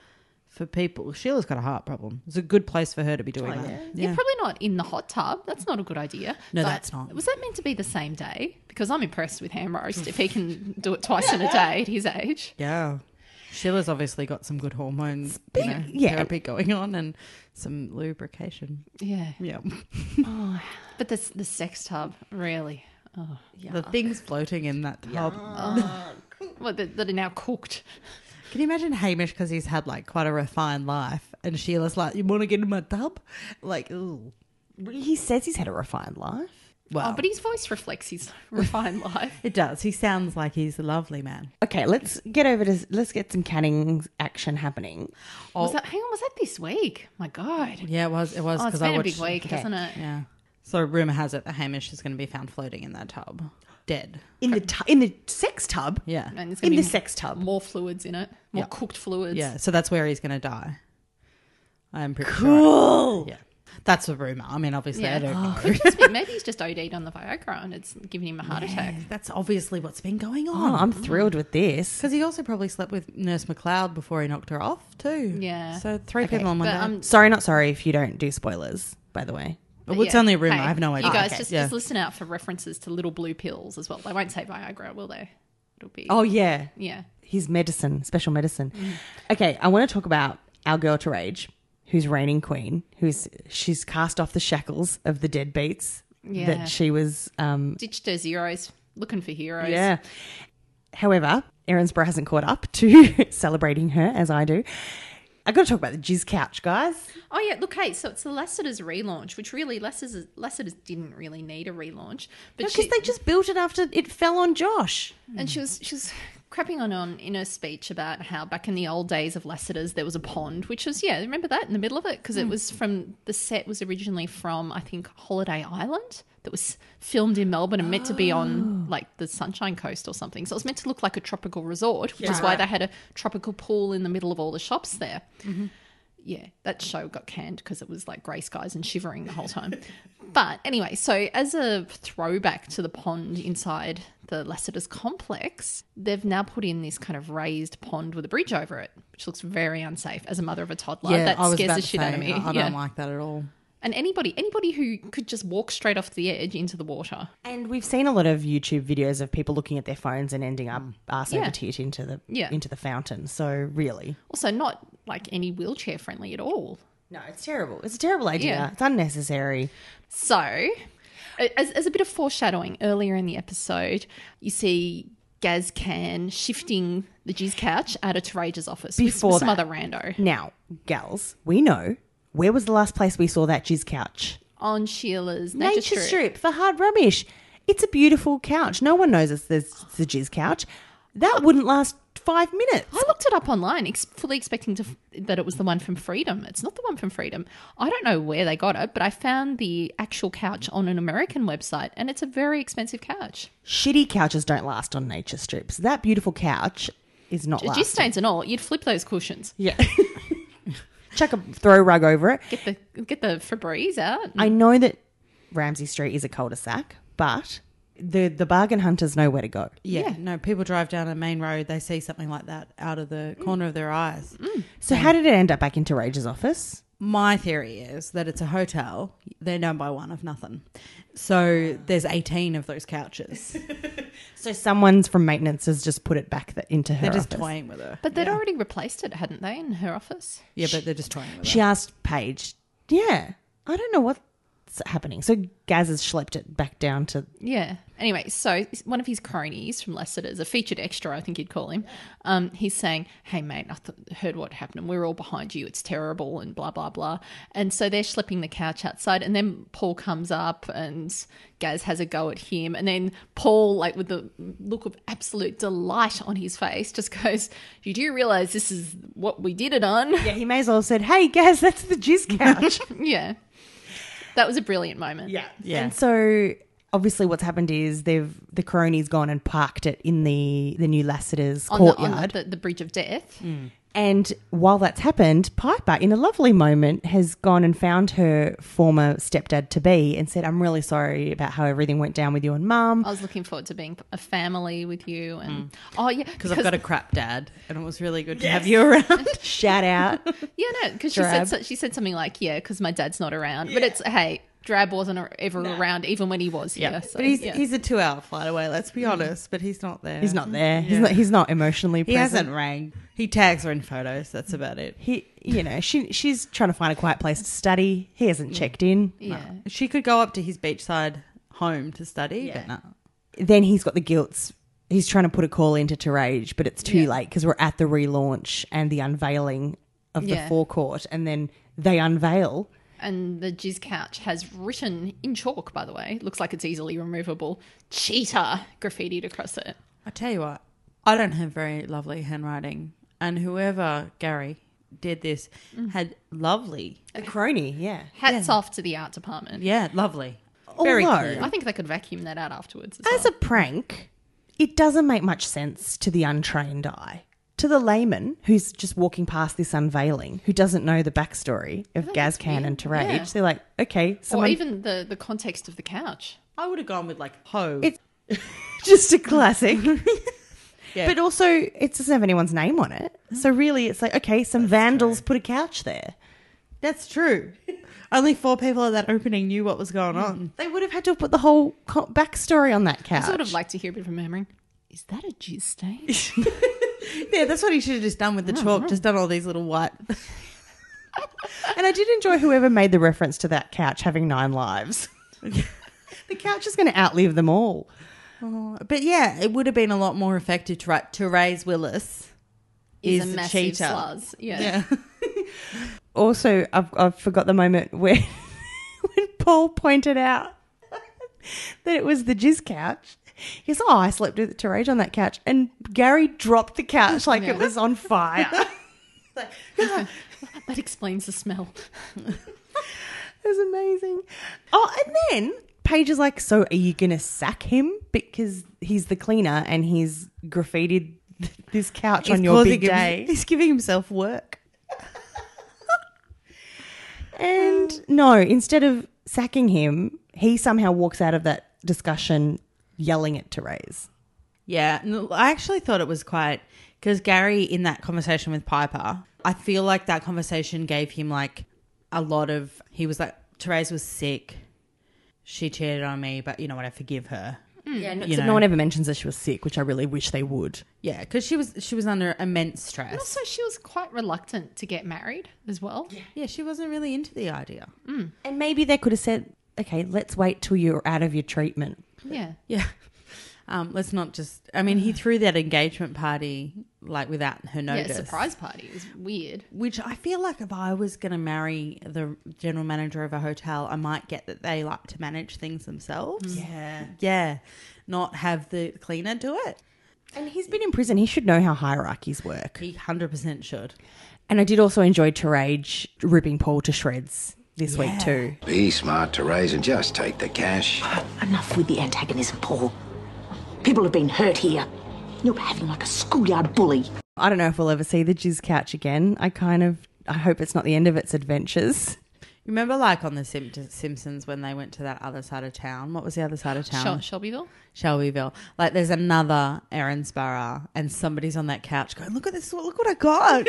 Speaker 5: for people. Sheila's got a heart problem. It's a good place for her to be doing
Speaker 3: Oh,
Speaker 5: that. Yeah.
Speaker 4: You're probably not in the hot tub. That's not a good idea.
Speaker 5: No,
Speaker 4: But
Speaker 5: that's not.
Speaker 4: Was that meant to be the same day? Because I'm impressed with ham roast if he can do it twice in a day at his age.
Speaker 5: Yeah. Sheila's obviously got some good hormones, you know,
Speaker 3: yeah.
Speaker 5: therapy going on and some lubrication.
Speaker 4: Yeah.
Speaker 5: Yeah.
Speaker 4: But the the sex tub really. Oh.
Speaker 5: The things floating in that tub.
Speaker 4: Well, that that are now cooked.
Speaker 5: Can you imagine Hamish because he's had like quite a refined life and Sheila's like, You wanna get in my tub? Like, ooh.
Speaker 3: he says he's had a refined life.
Speaker 5: Well
Speaker 4: Oh, but his voice reflects
Speaker 5: <laughs>
Speaker 4: his refined life.
Speaker 5: it does. He sounds like he's a lovely man.
Speaker 3: Okay, let's get over to let's get some canning action happening.
Speaker 4: Was that, hang on, was that this week? My God.
Speaker 5: Yeah, it was it was
Speaker 4: Oh, it's
Speaker 5: because
Speaker 4: been
Speaker 5: I
Speaker 4: a
Speaker 5: watched
Speaker 4: big week, hasn't it?
Speaker 5: Yeah. So rumor has it that Hamish is gonna be found floating in that tub. Dead.
Speaker 3: in the tu- in the sex tub.
Speaker 5: Yeah.
Speaker 4: And it's
Speaker 3: In
Speaker 4: gonna
Speaker 3: the
Speaker 4: be
Speaker 3: sex tub.
Speaker 4: More fluids in it. More
Speaker 5: Yeah.
Speaker 4: cooked fluids.
Speaker 5: Yeah, so that's where he's going to die. I'm pretty sure.
Speaker 3: Cool.
Speaker 5: Yeah. That's a rumor. I mean, obviously,
Speaker 4: Yeah.
Speaker 5: I
Speaker 4: Oh,
Speaker 5: don't know.
Speaker 4: Could just
Speaker 5: <laughs>
Speaker 4: be, maybe he's just OD'd on the Viagra and it's giving him a heart attack.
Speaker 5: That's obviously what's been going
Speaker 3: Oh,
Speaker 5: on.
Speaker 3: I'm thrilled with this.
Speaker 5: Because he also probably slept with Nurse McLeod before he knocked her off, too.
Speaker 4: Yeah.
Speaker 5: So three people on one
Speaker 4: But
Speaker 5: day.
Speaker 4: um,
Speaker 3: Sorry, not sorry if you don't do spoilers, by the way.
Speaker 5: well, it's
Speaker 4: yeah.
Speaker 5: only a rumor.
Speaker 4: Hey,
Speaker 5: I have no idea.
Speaker 4: You guys
Speaker 5: Okay.
Speaker 4: just,
Speaker 5: Yeah.
Speaker 4: just listen out for references to little blue pills as well. They won't say Viagra, will they? It'll be.
Speaker 3: Oh yeah, Mm.
Speaker 4: Yeah.
Speaker 3: his medicine, special medicine. Okay, I want to talk about our girl to rage. who's reigning queen, who's she's cast off the shackles of the deadbeats
Speaker 4: Yeah.
Speaker 3: that she was. Um,
Speaker 4: Ditched her zeros, looking for heroes.
Speaker 3: yeah. However, Erinsborough hasn't caught up to <laughs> celebrating her as I do. I got to talk about the jizz couch, guys.
Speaker 4: Oh yeah, look, hey, so it's the Lassiter's relaunch, which really Lassiter's, Lassiter's didn't really need a relaunch, but
Speaker 3: Because
Speaker 4: she,
Speaker 3: they just built it after it fell on Josh.
Speaker 4: and she was she was crapping on on in her speech about how back in the old days of Lassiter's there was a pond, which was yeah, remember that in the middle of it because it was from the set was originally from I think Holiday Island that was filmed in Melbourne and meant to be on like the Sunshine Coast or something, so it was meant to look like a tropical resort, which is why they had a tropical pool in the middle of all the shops there yeah, that show got canned because it was like grey skies and shivering the whole time. <laughs> but anyway, so as a throwback to the pond inside the Lassiter's complex, they've now put in this kind of raised pond with a bridge over it, which looks very unsafe. As a mother of a toddler, that scares the shit out of me.
Speaker 5: I
Speaker 4: yeah.
Speaker 5: don't like that at all.
Speaker 4: and anybody, anybody who could just walk straight off the edge into the water,
Speaker 3: And we've seen a lot of YouTube videos of people looking at their phones and ending up ass
Speaker 4: Mm. Yeah.
Speaker 3: over tit into the
Speaker 4: Yeah.
Speaker 3: into the fountain. So really,
Speaker 4: also not like any wheelchair friendly at all.
Speaker 3: no, it's terrible. It's a terrible idea.
Speaker 4: Yeah.
Speaker 3: It's unnecessary.
Speaker 4: So, as, as a bit of foreshadowing, earlier in the episode, you see Gaz Can shifting the jizz couch out of Tarage's office with-
Speaker 3: Before
Speaker 4: with some
Speaker 3: that.
Speaker 4: other rando
Speaker 3: Now, gals, we know where was the last place we saw that jizz couch?
Speaker 4: on Sheila's nature,
Speaker 3: Nature,
Speaker 4: strip.
Speaker 3: strip. for hard rubbish. It's a beautiful couch. No one knows it's the, it's the jizz couch. That wouldn't last five minutes.
Speaker 4: I looked it up online, ex- fully expecting to f- that it was the one from Freedom. It's not the one from Freedom. I don't know where they got it, but I found the actual couch on an American website, and it's a very expensive couch.
Speaker 3: Shitty couches don't last on nature strips. That beautiful couch is not
Speaker 4: Jizz
Speaker 3: lasting.
Speaker 4: stains and all, you'd flip those cushions,
Speaker 3: Yeah. <laughs> Chuck a throw rug over it.
Speaker 4: get the get the Febreze out.
Speaker 3: I know that Ramsey Street is a cul-de-sac, but the the bargain hunters know where to go.
Speaker 5: Yeah, no, people drive down a main road, they see something like that out of the
Speaker 4: Mm.
Speaker 5: corner of their eyes.
Speaker 3: So how did it end up back into Rage's office?
Speaker 5: My theory is that it's a hotel. They're known by one of nothing. So there's 18 of those couches.
Speaker 3: So someone's from maintenance has just put it back th- into her
Speaker 5: They're just
Speaker 3: office.
Speaker 5: toying with her.
Speaker 4: But they'd already replaced it, hadn't they, in her office?
Speaker 5: Yeah, but they're just toying with her.
Speaker 3: She asked Paige, "Yeah, I don't know what's happening." So Gaz has schlepped it back down to
Speaker 4: Yeah. Anyway, so one of his cronies from Lassiter's, a featured extra, I think you'd call him, um, he's saying, Hey, mate, I th- heard what happened and we're all behind you. It's terrible and blah, blah, blah. And so they're schlepping the couch outside. And then Paul comes up and Gaz has a go at him. And then Paul, like with the look of absolute delight on his face, just goes, You do realize this is what we did it on? <laughs>
Speaker 3: yeah. He may as well have said, "Hey, Gaz, that's the <laughs> jizz couch."
Speaker 4: yeah. That was a brilliant moment.
Speaker 3: yeah, yeah. And so obviously, what's happened is they've the cronies gone and parked it in the the new Lassiter's
Speaker 4: On, the,
Speaker 3: courtyard.
Speaker 4: on the, the, the bridge of death.
Speaker 3: And while that's happened, Piper, in a lovely moment, has gone and found her former stepdad to be and said, I'm really sorry about how everything went down with you and mum.
Speaker 4: I was looking forward to being a family with you, and oh yeah,
Speaker 5: Because I've got a crap dad, and it was really good to have you <laughs> around.
Speaker 3: Shout
Speaker 4: <laughs>
Speaker 3: out.
Speaker 4: yeah no because she said
Speaker 3: Drab.
Speaker 4: so, she said something like yeah because my dad's not around, but it's hey Drab wasn't ar- ever around even when he was yeah, so,
Speaker 5: But he's,
Speaker 4: yeah.
Speaker 5: he's a two hour flight away, let's be honest. But Mm-hmm. he's not there.
Speaker 3: He's not there. He's not he's not emotionally
Speaker 5: He
Speaker 3: present.
Speaker 5: hasn't rang. He tags her in photos. That's about it.
Speaker 3: He you know, she she's trying to find a quiet place to study. He hasn't checked in.
Speaker 4: yeah.
Speaker 5: She could go up to his beachside home to study, but no.
Speaker 3: Then he's got the guilts. He's trying to put a call into Terage, but it's too late late because we're at the relaunch and the unveiling of
Speaker 4: Yeah.
Speaker 3: the forecourt and then they unveil
Speaker 4: and the jizz couch has written in chalk by the way looks like it's easily removable cheetah graffitied across it
Speaker 5: I tell you what, I don't have very lovely handwriting, and whoever Gary did this had lovely,
Speaker 3: a crony, yeah.
Speaker 4: hats off to the art department
Speaker 5: yeah, lovely, very
Speaker 3: Although-
Speaker 5: clear.
Speaker 4: I think they could vacuum that out afterwards as
Speaker 3: As a prank, it doesn't make much sense to the untrained eye. To the layman who's just walking past this unveiling, who doesn't know the backstory of Gazcan and Terage,
Speaker 4: Yeah.
Speaker 3: they're like, okay,
Speaker 4: well.
Speaker 3: someone
Speaker 4: or even the the context of the couch
Speaker 5: I would have gone with like ho.
Speaker 3: It's- just a <laughs> classic.
Speaker 5: Yeah.
Speaker 3: But also, it doesn't have anyone's name on it. So really, it's like, okay, some vandals put a couch there. <laughs>
Speaker 5: That's true. Only four people at that opening knew what was going on.
Speaker 3: They would have had to have put the whole co- backstory on that couch.
Speaker 4: I sort of like to hear a bit of remembering is that a jizz stain
Speaker 5: Yeah, that's what he should have just done with the chalk. Just done all these little white.
Speaker 3: And I did enjoy whoever made the reference to that couch having nine lives. <laughs> the couch is going to outlive them all.
Speaker 5: But yeah, it would have been a lot more effective to write Therese Willis
Speaker 4: He's
Speaker 5: is
Speaker 4: a
Speaker 5: a,
Speaker 4: massive
Speaker 5: cheater.
Speaker 4: sluz. Yeah.
Speaker 5: <laughs>
Speaker 3: Also, I've, I've forgot the moment where <laughs> when Paul pointed out <laughs> that it was the jizz couch. He goes, Oh, I slept with Terage on that couch. And Gary dropped the couch like it was on
Speaker 5: <laughs>
Speaker 3: fire.
Speaker 4: That explains the <laughs> smell.
Speaker 3: It was amazing. Oh, and then Paige is like, So are you going to sack him? Because he's the cleaner and he's graffitied <laughs> this couch on your
Speaker 5: causing
Speaker 3: big
Speaker 5: him-
Speaker 3: day.
Speaker 5: <laughs> he's giving himself work.
Speaker 3: And no, instead of sacking him, he somehow walks out of that discussion yelling at Therese.
Speaker 5: Yeah, no, I actually thought it was quite because Gary in that conversation with Piper, I feel like that conversation gave him like a lot of. He was like, Therese was sick, she cheated on me, but you know what? I forgive her.
Speaker 4: Mm.
Speaker 3: Yeah, no,
Speaker 5: You
Speaker 3: so
Speaker 5: know.
Speaker 3: no one ever mentions that she was sick, which I really wish they would.
Speaker 5: Yeah, because she was she was under immense stress.
Speaker 4: Also, she was quite reluctant to get married as well.
Speaker 5: yeah, she wasn't really into the idea.
Speaker 3: And maybe they could have said, okay, let's wait till you're out of your treatment.
Speaker 4: Yeah.
Speaker 5: Yeah. Um, let's not just.
Speaker 4: <sighs>
Speaker 5: I mean, he threw that engagement party like without her
Speaker 4: Yeah,
Speaker 5: notice.
Speaker 4: surprise party is weird.
Speaker 5: Which I feel like if I was going to marry the general manager of a hotel, I might get that they like to manage things themselves.
Speaker 4: Mm.
Speaker 5: Yeah. Yeah. Not have the cleaner do it.
Speaker 3: And he's been in prison. He should know how hierarchies work.
Speaker 5: He 100% should.
Speaker 3: And I did also enjoy Terage ripping Paul to shreds this week, too.
Speaker 10: Be smart, Therese, and just take the cash.
Speaker 11: Enough with the antagonism, Paul. People have been hurt here. You're having like a schoolyard bully.
Speaker 3: I don't know if we'll ever see the Jizz Couch again. I kind of, I hope it's not the end of its adventures.
Speaker 5: Remember, like on The Simpt- Simpsons when they went to that other side of town? What was the other side of
Speaker 4: Shel-
Speaker 5: town?
Speaker 4: Shelbyville?
Speaker 5: Shelbyville. Like, there's another Erinsborough, and somebody's on that couch going, Look at this. Look what I
Speaker 4: <laughs>
Speaker 5: got.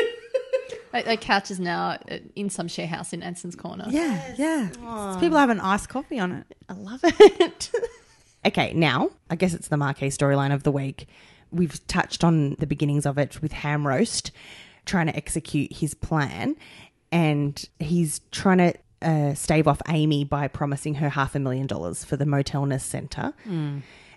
Speaker 4: That, that couch is now uh, in some share house in Anson's Corner.
Speaker 5: yeah. Yeah. People have an iced coffee on it.
Speaker 3: I love
Speaker 4: <laughs>
Speaker 3: it. okay, now, I guess it's the marquee storyline of the week. We've touched on the beginnings of it with Ham Roast trying to execute his plan, and he's trying to uh, stave off Amy by promising her half a million dollars for the Motelness Centre.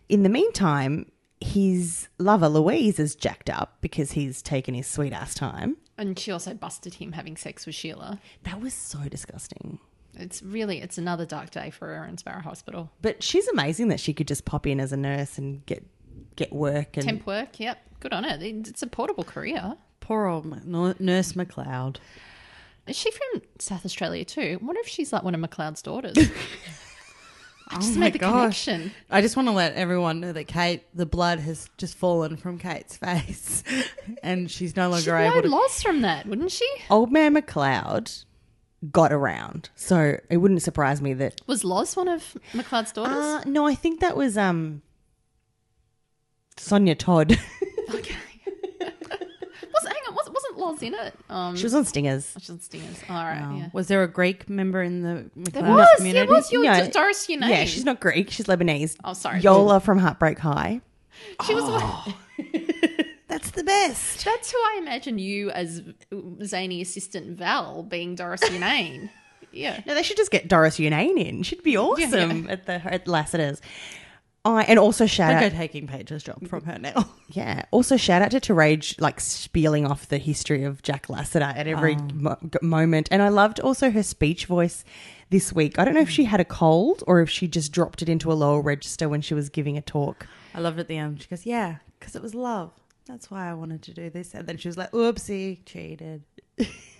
Speaker 3: In the meantime, his lover Louise is jacked up because he's taken his sweet ass time.
Speaker 4: And she also busted him having sex with Sheila.
Speaker 3: That was so disgusting.
Speaker 4: It's really, it's another dark day for her in Sparrow Hospital.
Speaker 3: But she's amazing that she could just pop in as a nurse and get get work
Speaker 5: Mm.
Speaker 3: and
Speaker 4: Temp work, yep. Good on her. It's a portable career.
Speaker 5: Poor old Mc- Nor- Nurse McLeod.
Speaker 4: Is she from South Australia too? I wonder if she's like one of McLeod's
Speaker 5: <laughs>
Speaker 4: daughters. I just
Speaker 5: Oh my
Speaker 4: made the
Speaker 5: gosh.
Speaker 4: connection.
Speaker 5: I just want to let everyone know that Kate, the blood has just fallen from Kate's <laughs> face, and she's no longer
Speaker 4: She'd know
Speaker 5: able to.
Speaker 4: loss from that, wouldn't she?
Speaker 3: old man McLeod got around. So it wouldn't surprise me that.
Speaker 4: Was Loz one of McLeod's daughters?
Speaker 3: Uh, no, I think that was um, Sonia Todd. <laughs>
Speaker 4: was hang on, was, wasn't Loz in it? Um,
Speaker 3: she was on Stingers.
Speaker 4: she was on Stingers. All right, yeah.
Speaker 5: Was there a Greek member in the
Speaker 4: There
Speaker 5: McLeod
Speaker 4: was, there
Speaker 5: community?
Speaker 4: was. You
Speaker 3: No.
Speaker 4: were Doris Yannay.
Speaker 3: Yeah, she's not Greek. She's Lebanese.
Speaker 4: Oh, sorry.
Speaker 3: Yola from Heartbreak High.
Speaker 4: She was. the
Speaker 3: Oh.
Speaker 4: one-
Speaker 5: That's the best.
Speaker 4: That's who I imagine you as zany assistant Val being Doris
Speaker 3: <laughs>
Speaker 4: Yannane. Yeah.
Speaker 3: No, they should just get Doris Unane in. She'd be awesome
Speaker 4: <laughs>
Speaker 3: at the at Lassiter's. I and also shout
Speaker 5: Don't
Speaker 3: out
Speaker 5: go taking Paige's job from her now.
Speaker 3: Yeah. Also, shout out to Terage, like spieling off the history of Jack Lassiter at every mo- g- moment. And I loved also her speech voice this week. I don't know if she had a cold or if she just dropped it into a lower register when she was giving a talk.
Speaker 5: <laughs> I loved it at the end. She goes, "Yeah, because it was love. That's why I wanted to do this." And then she was like, "Oopsie, cheated."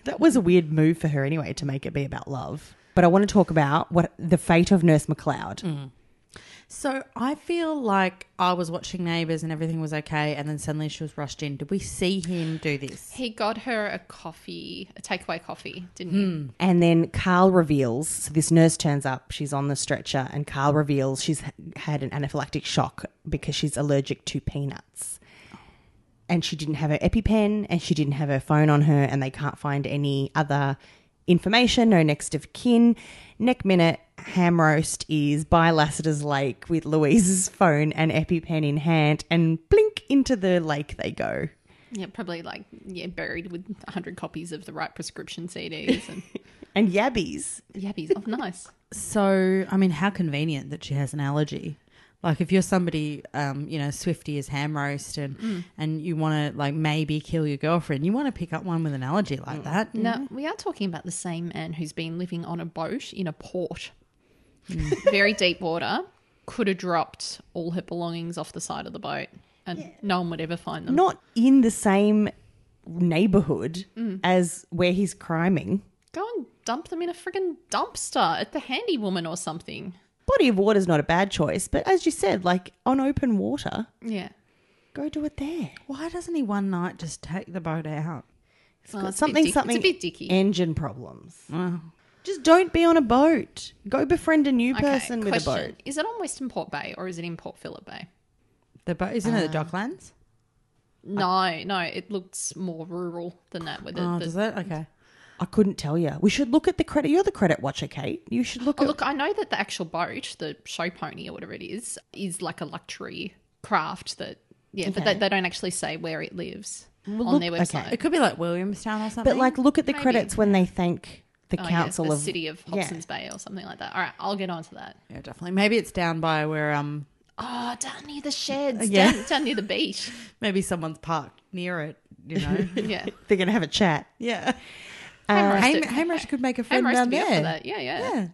Speaker 3: That was a weird move for her, anyway, to make it be about love. But I want to talk about what the fate of Nurse McLeod.
Speaker 5: So I feel like I was watching Neighbours and everything was okay, and then suddenly she was rushed in. Did we see him do this?
Speaker 4: He got her a coffee, a takeaway coffee, didn't he?
Speaker 3: And then Carl reveals so this nurse turns up, she's on the stretcher, and Carl reveals she's h- had an anaphylactic shock because she's allergic to peanuts. And she didn't have her EpiPen and she didn't have her phone on her, and they can't find any other information, no next of kin. Neck minute, ham roast is by Lassiter's Lake with Louise's phone and EpiPen in hand, and blink into the lake they go. <laughs>
Speaker 4: Yeah, probably like yeah, buried with hundred copies of the right prescription CDs and
Speaker 3: and yabbies.
Speaker 4: Yabbies. Oh, nice.
Speaker 5: So, I mean, how convenient that she has an allergy. Like, if you're somebody, um, you know, Swifty is ham roast and, and you want to, like, maybe kill your girlfriend, you want to pick up one with an allergy like that.
Speaker 4: Now,
Speaker 3: Mm-hmm.
Speaker 4: we are talking about the same man who's been living on a boat in a port,
Speaker 3: <laughs>
Speaker 4: Mm. very deep water, could have dropped all her belongings off the side of the boat and no one would ever find them.
Speaker 3: Not in the same neighborhood
Speaker 4: Mm.
Speaker 3: as where he's criming.
Speaker 4: Go and dump them in a friggin' dumpster at the handy woman or something.
Speaker 3: Body of water's not a bad choice, but as you said, like on open water,
Speaker 4: Yeah.
Speaker 3: go do it there.
Speaker 5: Why doesn't he one night just take the boat out?
Speaker 3: It's
Speaker 4: Well,
Speaker 3: got
Speaker 4: it's Oh, a
Speaker 3: something,
Speaker 4: bit dick- it's a
Speaker 3: something.
Speaker 4: bit dicky.
Speaker 3: Engine problems. Just don't be on a boat. Go befriend a new person with a boat.
Speaker 4: Is it on Western Port Bay or is it in Port Phillip Bay?
Speaker 5: The boat isn't it the Docklands?
Speaker 4: No, no, it looks more rural than that. With the,
Speaker 5: oh,
Speaker 4: the-
Speaker 5: does it? Okay.
Speaker 3: I couldn't tell you. We should look at the credit. You're the credit watcher, Kate. You should look
Speaker 4: Oh,
Speaker 3: at.
Speaker 4: look, I know that the actual boat, the show pony or whatever it is, is like a luxury craft that, yeah, but they, they don't actually say where it lives on
Speaker 3: look-
Speaker 4: their
Speaker 3: okay.
Speaker 4: website.
Speaker 5: It could be like Williamstown or something.
Speaker 3: but like, look at the
Speaker 4: Maybe.
Speaker 3: credits when they thank the
Speaker 4: Oh, yeah,
Speaker 3: council
Speaker 4: the
Speaker 3: of
Speaker 4: city of
Speaker 3: yeah.
Speaker 4: Hobson's Bay or something like that. All right, I'll get on to that.
Speaker 5: yeah, definitely. Maybe it's down by where um
Speaker 4: Oh, down near the sheds,
Speaker 5: Yeah.
Speaker 4: down, down near the beach.
Speaker 5: maybe someone's parked near it. You <laughs> know.
Speaker 4: Yeah,
Speaker 3: They're gonna have a chat.
Speaker 5: yeah.
Speaker 4: Ham
Speaker 5: Uh,
Speaker 4: roast
Speaker 5: Ham,
Speaker 4: it.
Speaker 5: Ham Roast could make a friend
Speaker 4: Hamrost would
Speaker 5: down
Speaker 4: be up
Speaker 5: there.
Speaker 4: for that. Yeah, yeah,
Speaker 5: Yeah.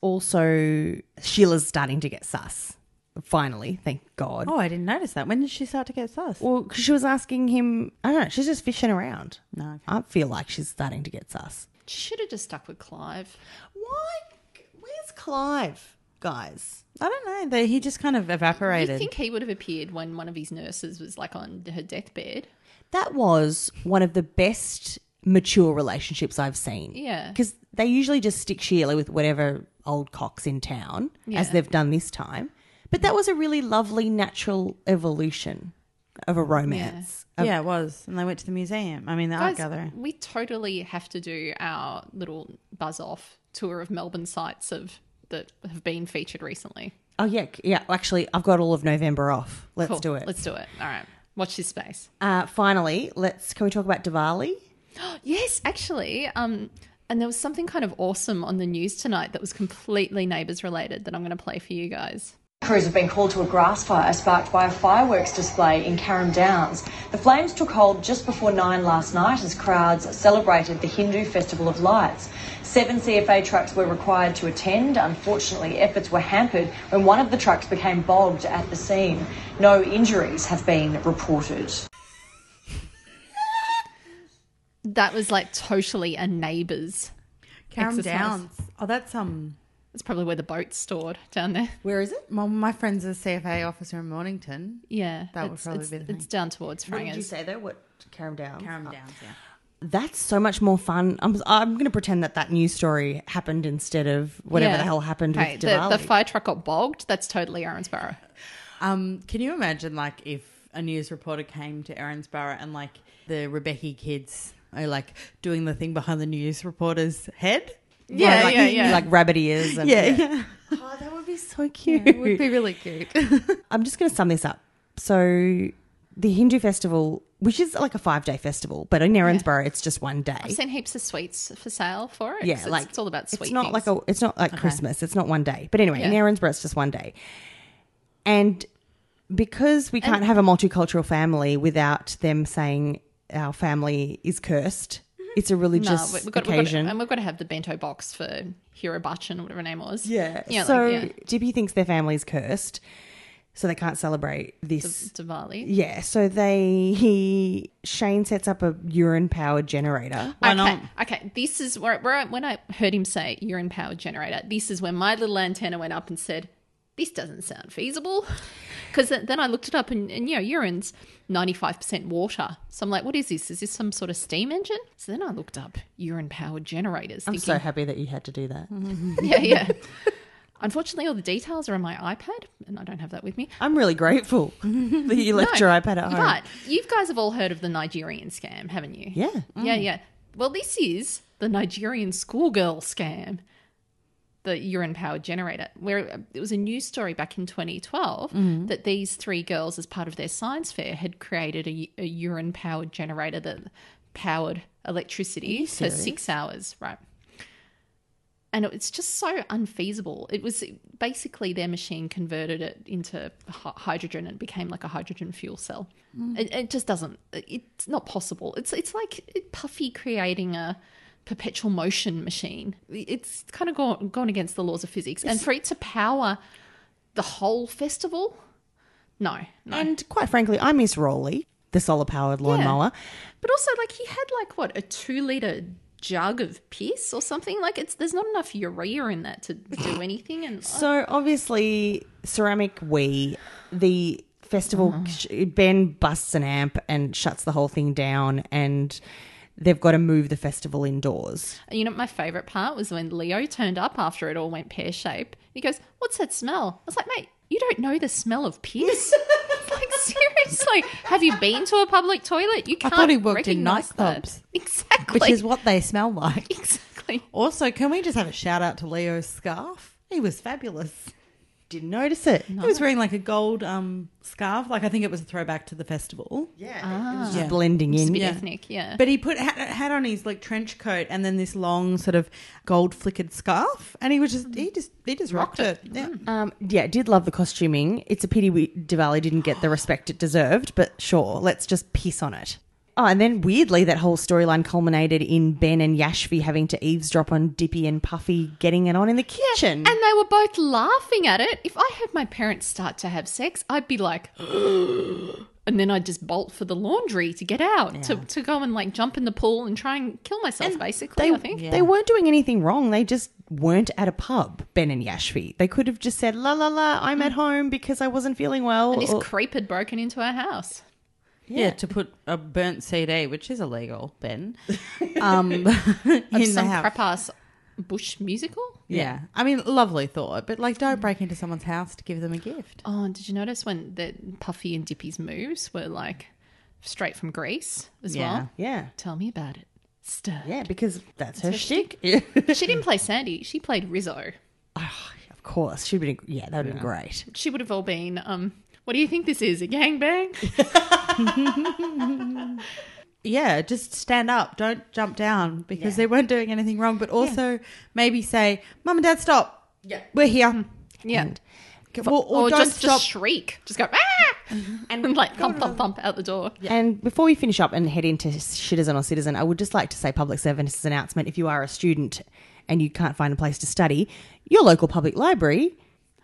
Speaker 3: Also, Sheila's starting to get sus. Finally, thank God.
Speaker 5: Oh, I didn't notice that. When did she start to get sus?
Speaker 3: Well, 'cause she was asking him. I don't know. She's just fishing around.
Speaker 5: No, okay.
Speaker 3: I feel like she's starting to get sus.
Speaker 4: She should have just stuck with Clive.
Speaker 3: Why? Where's Clive, guys?
Speaker 5: I don't know. They, he just kind of evaporated.
Speaker 4: You think he would have appeared when one of his nurses was like on her deathbed?
Speaker 3: That was one of the best mature relationships I've seen.
Speaker 4: Yeah.
Speaker 3: Because they usually just stick Sheila with whatever old cocks in town, as
Speaker 4: Yeah.
Speaker 3: they've done this time. But that was a really lovely, natural evolution of a romance. Of-
Speaker 5: yeah, it was. And they went to the museum. I mean, the art
Speaker 4: Guys,
Speaker 5: gallery.
Speaker 4: we totally have to do our little buzz off tour of Melbourne sites of that have been featured recently.
Speaker 3: Oh, yeah. Yeah. Actually, I've got all of November off. Let's
Speaker 4: Cool.
Speaker 3: do it.
Speaker 4: Let's do it. All right. Watch this space. <gasps>
Speaker 3: Uh, finally, let's. Can we talk about Diwali?
Speaker 4: Yes, actually. Um, and there was something kind of awesome on the news tonight that was completely neighbours related that I'm going to play for you guys.
Speaker 12: Crews have been called to a grass fire sparked by a fireworks display in Carrum Downs. The flames took hold just before nine last night as crowds celebrated the Hindu Festival of Lights. Seven CFA trucks were required to attend. Unfortunately, efforts were hampered when one of the trucks became bogged at the scene. No injuries have been reported.
Speaker 4: That was like totally a neighbours.
Speaker 5: Calm
Speaker 4: Exercise.
Speaker 5: down. Oh, that's um.
Speaker 4: That's probably where the boat's stored down there.
Speaker 5: Where is it? My, my friend's a CFA officer in Mornington.
Speaker 4: <laughs> Yeah,
Speaker 5: That would
Speaker 4: it's-
Speaker 5: probably
Speaker 4: it's,
Speaker 5: be the
Speaker 4: it's down towards
Speaker 3: What did you
Speaker 4: Frangers.
Speaker 3: say though? What Karam Down?
Speaker 4: Oh.
Speaker 5: Carrum Downs, yeah.
Speaker 3: That's so much more fun. I'm I'm going to pretend that that news story happened instead of whatever
Speaker 4: Yeah.
Speaker 3: the hell happened
Speaker 4: Hey,
Speaker 3: with
Speaker 4: the,
Speaker 3: Diwali.
Speaker 4: the fire truck got bogged. That's totally Aaron'sborough.
Speaker 5: Um, can you imagine like if a news reporter came to Erinsborough and like the Rebecca kids are like doing the thing behind the news reporter's head?
Speaker 4: Yeah,
Speaker 3: like,
Speaker 4: yeah, yeah.
Speaker 3: Like rabbit ears. And,
Speaker 5: Yeah, yeah.
Speaker 3: Oh, that would be so cute.
Speaker 5: It would be
Speaker 4: <laughs>
Speaker 5: really cute.
Speaker 3: I'm just going to sum this up. So, the Hindu festival, which is like a five day festival, but in Erinsborough, it's just one day.
Speaker 4: I've seen heaps of sweets for sale for it.
Speaker 3: yeah,
Speaker 4: It's-
Speaker 3: like
Speaker 4: it's all about sweet.
Speaker 3: It's not like
Speaker 4: things.
Speaker 3: a. It's not like Christmas. It's not one day. But anyway, in
Speaker 4: Yeah.
Speaker 3: Erinsborough, it's just one day, and because we can't have a multicultural family without them saying our family is cursed. It's a
Speaker 4: No,
Speaker 3: religious
Speaker 4: we- we've got, We've got
Speaker 3: occasion.
Speaker 4: to, and we've got to have the bento box for Hero Butchin, whatever her name was.
Speaker 3: yeah.
Speaker 4: yeah.
Speaker 3: so
Speaker 4: like,
Speaker 3: Dippy thinks their family's cursed, so they can't celebrate
Speaker 4: yeah.
Speaker 3: this.
Speaker 4: Diwali.
Speaker 3: yeah. So they he Shane sets up a urine powered generator.
Speaker 5: Why
Speaker 4: okay,
Speaker 5: not?
Speaker 4: okay. This is where, where I, when I heard him say urine powered generator. This is when my little antenna went up and said, "This doesn't sound feasible." Because then I looked it up, and, and you know, urine's ninety five percent water. So I'm like, "What is this? Is this some sort of steam engine?" So then I looked up urine powered generators.
Speaker 3: I'm
Speaker 4: thinking,
Speaker 3: so happy that you had to do that.
Speaker 5: Hmm.
Speaker 3: <laughs>
Speaker 4: yeah, <laughs> yeah. Unfortunately, all the details are on my iPad, and I don't have that with me.
Speaker 3: I'm really
Speaker 4: <laughs>
Speaker 3: grateful that you left
Speaker 4: No,
Speaker 3: your iPad at home.
Speaker 4: But you guys have all heard of the Nigerian scam, haven't you?
Speaker 3: Yeah. Mm.
Speaker 4: Yeah, yeah. Well, this is the Nigerian schoolgirl scam, the urine powered generator, where uh, it was a news story back in 2012
Speaker 3: Mm.
Speaker 4: that these three girls, as part of their science fair, had created a, urine powered generator that powered electricity for six hours, right? and it's just so unfeasible. It was basically their machine converted it into hy- hydrogen and it became like a hydrogen fuel cell.
Speaker 3: Hmm.
Speaker 13: Mm.
Speaker 4: It, it just doesn't. It's not possible. It's it's like Puffy creating a perpetual motion machine. It's kind of gone gone against the laws of physics. And
Speaker 3: It's-
Speaker 4: for it to power the whole festival, no, no.
Speaker 3: And quite frankly, I miss Rolly, the solar powered lawnmower.
Speaker 4: But also, like, he had like what a two liter jug of piss or something. Like, it's there's not enough urea in that
Speaker 3: <sighs>
Speaker 4: to do anything. And oh,
Speaker 3: So obviously, ceramic we the festival Ben busts an amp and shuts the whole thing down, and they've got to move the festival indoors.
Speaker 4: you know, my favorite part was when Leo turned up after it all went pear shape. He goes, "What's that smell?" I was like, "Mate, you don't know the smell of
Speaker 5: <laughs>
Speaker 4: piss." <laughs> like seriously, have you been to a public toilet? You
Speaker 5: I
Speaker 4: can't.
Speaker 5: thought he worked in
Speaker 4: recognise that.
Speaker 5: nightclubs.
Speaker 4: Exactly.
Speaker 5: <laughs> Which is what they smell
Speaker 3: <laughs>
Speaker 4: <laughs>
Speaker 5: like.
Speaker 4: Exactly.
Speaker 5: Also, can we just have a shout out to Leo's scarf? He was fabulous.
Speaker 3: Didn't notice it.
Speaker 5: He was wearing like a gold um, scarf. Like I think it was a throwback to the festival.
Speaker 3: Yeah.
Speaker 4: Ah.
Speaker 3: just blending
Speaker 4: Just a
Speaker 3: in.
Speaker 4: bit
Speaker 3: Yeah.
Speaker 4: ethnic, yeah.
Speaker 5: But he put had, had on his like trench coat and then this long sort of gold flickered scarf, and he was just he just he just rocked, it. Yeah.
Speaker 3: Um, yeah, did love the costuming. It's a pity we Diwali didn't get the respect it deserved, but sure, let's just piss on it. Oh, and then weirdly, that whole storyline culminated in Ben and Yashvi having to eavesdrop on Dippy and Puffy getting it on in the kitchen.
Speaker 4: And they were both laughing at it. If I had my parents start to have sex, I'd be like, <gasps> and then I'd just bolt for the laundry to get out, to, to go and like jump in the pool and try and kill myself, basically.
Speaker 3: they,
Speaker 4: I think.
Speaker 3: they weren't doing anything wrong. They just weren't at a pub, Ben and Yashvi. They could have just said, la la la,
Speaker 5: Hmm.
Speaker 3: I'm at home because I wasn't feeling well.
Speaker 4: And this
Speaker 3: or-
Speaker 4: creep had broken into our house.
Speaker 5: Yeah. to put a burnt CD, which is illegal, Ben, <laughs> um, <laughs> in
Speaker 4: Of
Speaker 5: the
Speaker 4: some
Speaker 5: house.
Speaker 4: crap ass bush musical?
Speaker 5: yeah. I mean, lovely thought, but like, don't break into someone's house to give them a gift.
Speaker 4: Oh, and did you notice when the Puffy and Dippy's moves were like straight from Greece as
Speaker 3: Yeah.
Speaker 4: well?
Speaker 3: Yeah.
Speaker 4: Tell me about it. Stir.
Speaker 3: Yeah, because that's her
Speaker 4: her
Speaker 3: shtick.
Speaker 5: <laughs>
Speaker 4: she didn't play Sandy, she played Rizzo.
Speaker 3: Of course. She'd been, yeah, that would have been great.
Speaker 4: She would have all been, um, what do you think this is? A gangbang?
Speaker 5: Yeah, just stand up. Don't jump down because they weren't doing anything wrong. But also, maybe say, "Mum and Dad, stop. Yeah, we're here."
Speaker 4: Yeah.
Speaker 5: Or, or
Speaker 4: or
Speaker 5: "Oh, don't
Speaker 4: just,
Speaker 5: stop.
Speaker 4: just shriek. Just go, ah! And like thump, thump, thump out the door.
Speaker 3: And before we finish up and head into Citizen or Citizen, I would just like to say public service announcement if you are a student and you can't find a place to study, your local public library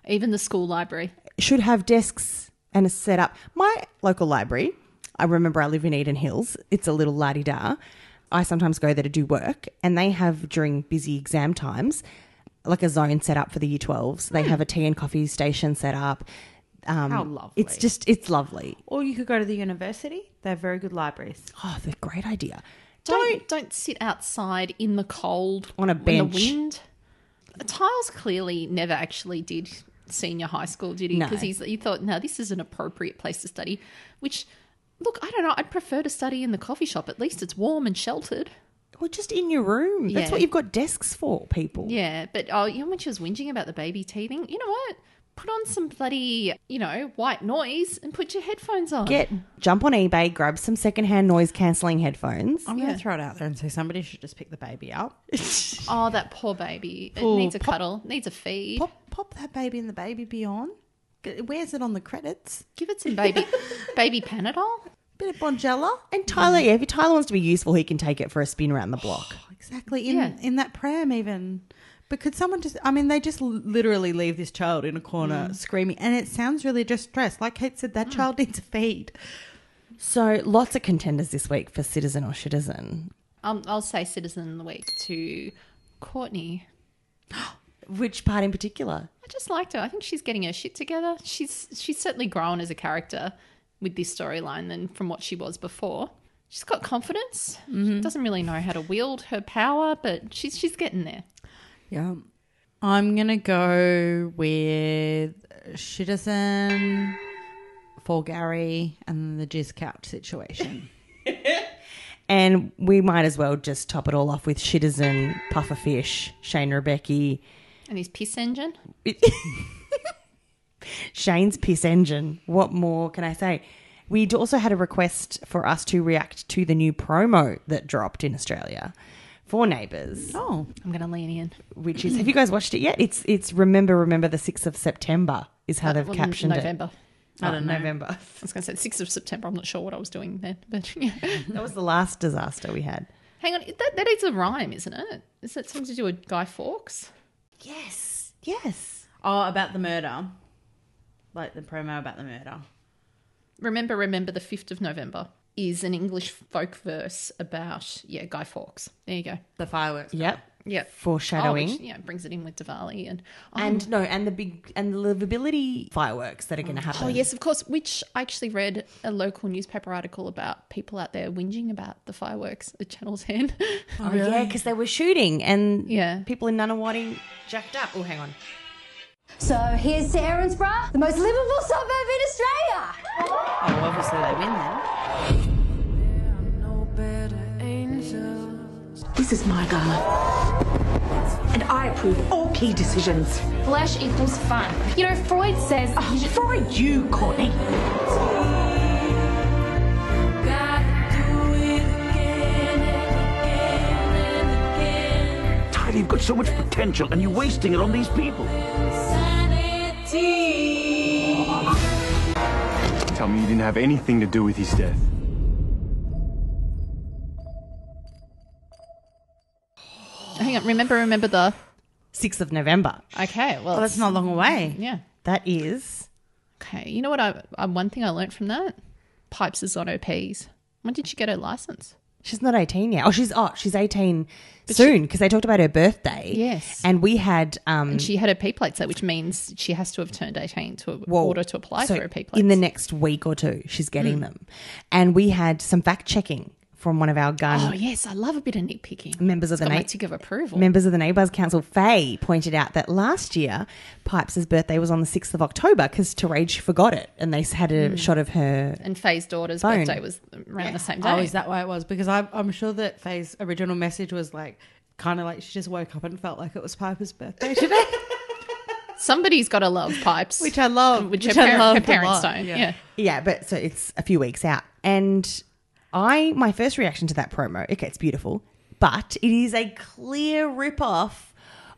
Speaker 4: Even the school library.
Speaker 3: should have desks and a setup. My local library, I remember I live in Eden Hills, it's a little la di da. I sometimes go there to do work, and they have during busy exam times like a zone set up for the year 12s. They have a tea and coffee station set up. Um,
Speaker 5: How lovely.
Speaker 3: It's just, it's lovely.
Speaker 5: Or you could go to the university. They have very good libraries.
Speaker 3: Oh, they're a great idea.
Speaker 4: Don't don't sit outside in the cold
Speaker 3: On a
Speaker 4: in
Speaker 3: bench.
Speaker 4: the wind. Tiles clearly never actually did senior high school, did he?
Speaker 3: No.
Speaker 4: Because he's he thought, no, this is an appropriate place to study. Which, look, I don't know. I'd prefer to study in the coffee shop. At least it's warm and sheltered.
Speaker 3: Or just in your room. That's
Speaker 4: Yeah.
Speaker 3: what you've got desks for, people.
Speaker 4: Yeah, but oh, you know when she was whinging about the baby teething, you know what? Put on some bloody, you know, white noise and put your headphones on.
Speaker 3: Get jump on eBay, grab some secondhand noise cancelling headphones.
Speaker 5: I'm going to throw it out there and say somebody should just pick the baby up.
Speaker 4: oh, that poor baby. It
Speaker 5: Ooh,
Speaker 4: needs a
Speaker 5: pop-
Speaker 4: cuddle, needs a feed.
Speaker 5: Pop, pop that baby in the baby beyond. Where's it on the credits?
Speaker 4: Give it some baby, baby Panadol.
Speaker 5: Bit of Bonjella.
Speaker 3: And Tyler, yeah, if Tyler wants to be useful, he can take it for a spin around the block.
Speaker 5: <sighs> Exactly. In
Speaker 4: Yeah.
Speaker 5: in that pram even. But could someone just I mean, they just l- literally leave this child in a corner
Speaker 3: Mm.
Speaker 5: screaming and it sounds really distressed. Like Kate said, that child needs a feed.
Speaker 3: So lots of contenders this week for citizen or citizen.
Speaker 4: Um, I'll say Citizen of the Week to Courtney.
Speaker 3: Which part in particular?
Speaker 4: I just liked her. I think she's getting her shit together. She's she's certainly grown as a character with this storyline than from what she was before. She's got confidence.
Speaker 5: Mm-hmm.
Speaker 4: She doesn't really know how to wield her power, but she's she's getting there.
Speaker 5: Yeah. I'm gonna go with Citizen for Gary and the jizz
Speaker 4: <laughs>
Speaker 5: couch situation.
Speaker 3: And we might as well just top it all off with Citizen, Pufferfish, Shane Rebecca,
Speaker 4: And his piss engine.
Speaker 3: Shane's piss engine. What more can I say? We d- also had a request for us to react to the new promo that dropped in Australia
Speaker 5: for Neighbours.
Speaker 8: Oh,
Speaker 4: I'm going to lean in.
Speaker 5: Which is, have you guys watched it yet? It's it's Remember, Remember the 6th of September is how they've
Speaker 4: Uh, Well,
Speaker 5: captioned <laughs>
Speaker 4: November.
Speaker 5: it. Oh,
Speaker 4: I don't know.
Speaker 5: November.
Speaker 4: I was going to say the 6th of September. I'm not sure what I was doing then. But <laughs> yeah.
Speaker 5: That was the last disaster we had.
Speaker 4: Hang on. That, that is a rhyme, isn't it? Is that something to do with Guy Fawkes?
Speaker 8: Yes.
Speaker 5: Yes.
Speaker 8: Oh, about the murder. Like the promo about the murder.
Speaker 4: Remember, remember the 5th of November is an English folk verse about, yeah, Guy Fawkes. There you go.
Speaker 8: The fireworks.
Speaker 5: Yep.
Speaker 4: Yeah.
Speaker 5: Foreshadowing.
Speaker 4: Oh, which, yeah, brings it in with Diwali and oh,
Speaker 5: And no, and the big and the livability fireworks that are going to happen.
Speaker 4: Oh yes, of course. Which I actually read a local newspaper article about people out there whinging about the fireworks at Channel Ten. <laughs>
Speaker 5: Oh, yeah, because they were shooting and
Speaker 4: Yeah.
Speaker 5: people in Nunawading jacked up. Oh, hang on.
Speaker 14: So here's to Erinsborough, the most livable suburb in Australia.
Speaker 8: Oh, obviously they win then.
Speaker 11: This is my gala. And I approve all key decisions.
Speaker 14: Flesh equals fun. You know, Freud says.
Speaker 11: Oh, Freud, you, Courtney.
Speaker 15: Tyler, you've got so much potential and you're wasting it on these people.
Speaker 16: Tell me you didn't have anything to do with his death.
Speaker 4: Hang on. Remember, remember the.
Speaker 5: Sixth of November.
Speaker 4: Okay. Well,
Speaker 5: Oh,
Speaker 8: Well, Oh, that's not long away.
Speaker 4: Yeah.
Speaker 5: That is.
Speaker 4: Okay. You know what? I, I one thing I learned from that. Pipes is on her P's. When did she get her license?
Speaker 5: She's not eighteen yet. Oh, she's oh, she's eighteen soon because they talked about her birthday.
Speaker 4: Yes.
Speaker 5: and we had um,
Speaker 4: And she had her P plates there, which means she has to have turned eighteen to
Speaker 5: well,
Speaker 4: order to apply
Speaker 5: so
Speaker 4: for her P plates.
Speaker 5: in the next week or two. She's getting
Speaker 4: Mm.
Speaker 5: them, and we had some fact checking from one of our gun
Speaker 4: oh yes, I love a bit of nitpicking.
Speaker 5: members of
Speaker 4: It's
Speaker 5: the
Speaker 4: got my
Speaker 5: Nate-
Speaker 4: tick of approval.
Speaker 5: Members of the Neighbours Council, Faye, pointed out that last year Pipes' birthday was on the 6th of October because Terage forgot it and they had a
Speaker 4: Mm.
Speaker 5: shot of her.
Speaker 4: and Faye's daughter's
Speaker 5: Phone.
Speaker 4: birthday was around the same day.
Speaker 8: Oh, is that why it was? Because I, I'm sure that Faye's original message was like, kind of like she just woke up and felt like it was Piper's
Speaker 4: <laughs>
Speaker 8: birthday today.
Speaker 4: Somebody's got to love pipes, um,
Speaker 8: Which I love.
Speaker 4: Which,
Speaker 8: Which
Speaker 4: her,
Speaker 8: I
Speaker 4: par-
Speaker 8: love
Speaker 4: her
Speaker 8: a
Speaker 4: parents
Speaker 8: lot,
Speaker 4: don't.
Speaker 8: yeah.
Speaker 4: Yeah.
Speaker 5: Yeah, but so it's a few weeks out. And I, my first reaction to that promo, okay, it's beautiful, but it is a clear ripoff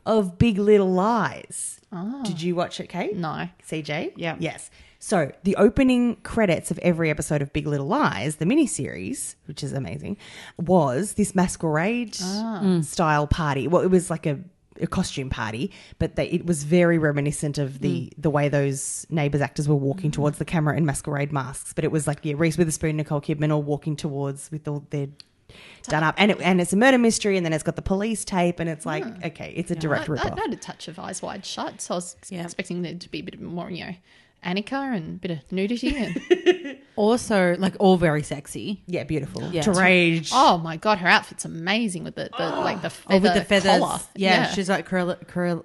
Speaker 5: of Big Little Lies. Did you watch it, Kate?
Speaker 4: No.
Speaker 5: CJ? Yeah. Yes. So the opening credits of every episode of Big Little Lies, the miniseries, which is amazing, was this masquerade
Speaker 4: Ah. Mm.
Speaker 5: style party. Well, it was like a, a costume party, but they, it was very reminiscent of the the way those neighbors actors were walking towards the camera in masquerade masks. But it was like yeah, Reese Witherspoon, Nicole Kidman, all walking towards with all their done up, and it, and it's a murder mystery, and then it's got the police tape, and it's like okay, it's a direct
Speaker 4: I,
Speaker 5: rip
Speaker 4: I,
Speaker 5: off.
Speaker 4: I had a touch of eyes wide shut, so I was expecting there to be a bit more, you know, Annika and a bit of nudity. And <laughs>
Speaker 8: also, like all very sexy.
Speaker 5: Yeah, beautiful.
Speaker 8: Yeah.
Speaker 4: Oh my god, her outfit's amazing with the,
Speaker 8: <gasps>
Speaker 4: the like the feather
Speaker 8: Oh, with the feathers.
Speaker 4: collar.
Speaker 8: Yeah, she's like Cruella, Cruella.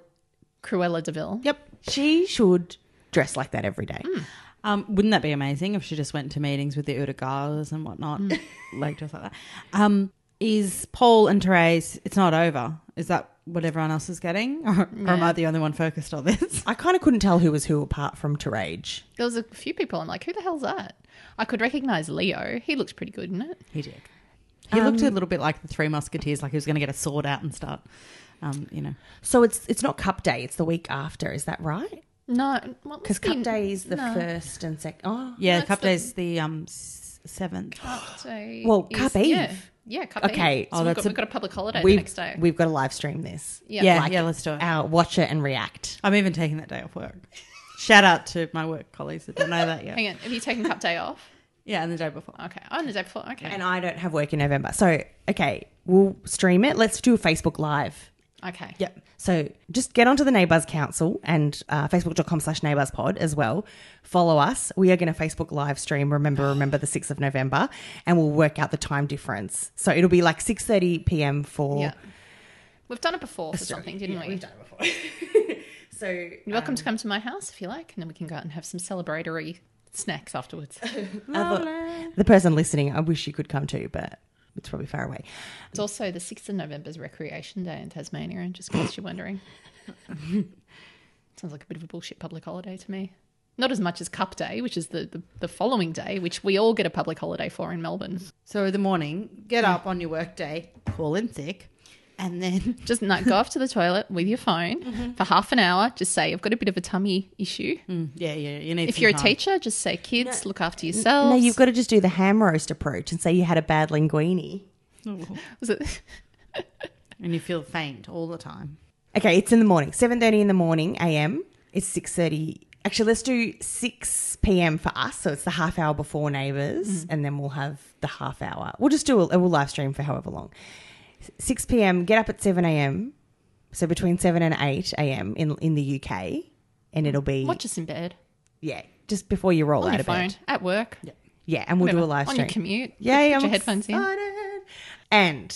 Speaker 4: Cruella Deville.
Speaker 5: Yep, Hmm. she should dress like that every day.
Speaker 8: Um, wouldn't that be amazing if she just went to meetings with the Urdagas and whatnot, Mm.
Speaker 3: <laughs>
Speaker 8: like just like that? Um, is Paul and Therese? It's not over. Is that what everyone else is getting, <laughs> or, or am
Speaker 4: Yeah.
Speaker 8: I the only one focused on this?
Speaker 5: I kind of couldn't tell who was who apart from Terage.
Speaker 4: There was a few people. I'm like, who the hell's that? I could recognize Leo. He looks pretty good in it.
Speaker 8: He did. He looked a
Speaker 5: Um,
Speaker 8: little bit like the Three Musketeers, like he was going to get a sword out and start, um, you know.
Speaker 5: So it's it's not Cup Day; it's the week after. Is that right?
Speaker 4: No,
Speaker 5: Because Cup Day is the first and second. Oh,
Speaker 8: Yeah,
Speaker 5: No,
Speaker 8: Cup
Speaker 5: it's the-
Speaker 8: Day's the um s-
Speaker 4: <gasps>
Speaker 8: seventh.
Speaker 4: Day
Speaker 5: Well,
Speaker 4: is-
Speaker 5: Cup Eve.
Speaker 4: Yeah, yeah Cup
Speaker 5: okay. Oh,
Speaker 4: Eve. So we've, got, we've got a public holiday the
Speaker 5: We've-
Speaker 4: next day.
Speaker 5: We've got to live stream this.
Speaker 4: Yeah. Yeah,
Speaker 8: yeah, let's do it.
Speaker 5: Our, watch it and react.
Speaker 8: I'm even taking that day off work. Shout out to my work colleagues that don't know that yet.
Speaker 4: Hang on, have you taken Cup Day off?
Speaker 8: yeah, and the day before.
Speaker 4: Okay, oh, and the day before. Okay,
Speaker 5: And I don't have work in November, so okay, we'll stream it. Let's do a Facebook Live.
Speaker 4: Okay.
Speaker 5: Yep. So just get onto the Neighbours Council and uh, facebook.com slash neighbours pod as well. Follow us. We are going to Facebook live stream, remember, remember the 6th of November, and we'll work out the time difference. So it'll be like 6.30 p.m. for...
Speaker 4: Yeah. We've done it before for
Speaker 5: Sorry,
Speaker 4: something, didn't
Speaker 5: yeah,
Speaker 4: we?
Speaker 5: we've done <laughs> So um, you're
Speaker 4: welcome to come to my house if you like, and then we can go out and have some celebratory snacks afterwards.
Speaker 5: The person listening, I wish you could come too, but it's probably far away.
Speaker 4: it's also the sixth of November's Recreation Day in Tasmania, and just in case you're wondering, sounds like a bit of a bullshit public holiday to me. Not as much as Cup Day, which is the, the, the following day, which we all get a public holiday for in Melbourne.
Speaker 8: So the morning, get up on your work day, call in sick, And then <laughs>
Speaker 4: just no, go off to the toilet with your phone
Speaker 8: Mhm.
Speaker 4: for half an hour. Just say, I've got a bit of a tummy issue.
Speaker 8: yeah, yeah, you need
Speaker 4: If
Speaker 8: some
Speaker 4: you're a
Speaker 8: time.
Speaker 4: teacher, just say, kids, look after yourselves.
Speaker 5: No, you've got to just do the ham roast approach and say you had a bad linguine.
Speaker 4: Was it?
Speaker 8: and you feel faint all the time.
Speaker 5: Okay, it's in the morning. 7.30 in the morning a.m. It's 6.30. Actually, let's do 6 p.m. for us. So it's the half hour before Neighbours
Speaker 4: Mm.
Speaker 8: Mhm.
Speaker 5: and then we'll have the half hour. We'll just do a, we'll live stream for however long. 6 p.m. Get up at 7 a.m. So between 7 and 8 a.m. in, in the UK. And it'll be...
Speaker 4: <laughs> Watch us in bed.
Speaker 5: Yeah, just before you roll
Speaker 4: on
Speaker 5: out
Speaker 4: your
Speaker 5: of
Speaker 4: phone,
Speaker 5: bed.
Speaker 4: at work. Yeah,
Speaker 5: Yeah, and we'll do a live
Speaker 4: on
Speaker 5: stream.
Speaker 4: your commute.
Speaker 5: Yay,
Speaker 4: put
Speaker 5: I'm
Speaker 4: your headphones in.
Speaker 5: And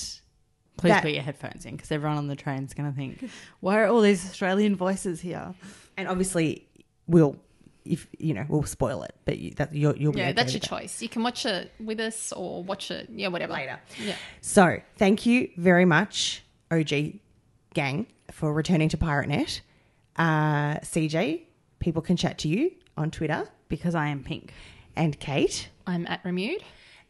Speaker 8: Please
Speaker 5: that-
Speaker 8: put your headphones in because everyone on the train's going to think, why are all these Australian voices here?
Speaker 5: And obviously, we'll if you know we'll spoil it, but you, that you'll, you'll be
Speaker 4: Yeah,
Speaker 5: okay
Speaker 4: that's your
Speaker 5: with it.
Speaker 4: choice. You can watch it with us or watch it, yeah, whatever. Later. Yeah.
Speaker 5: So thank you very much, OG gang, for returning to PirateNet. Uh, CJ, people can chat to you on Twitter
Speaker 8: because I am pink,
Speaker 5: and Kate.
Speaker 4: I'm at Remude.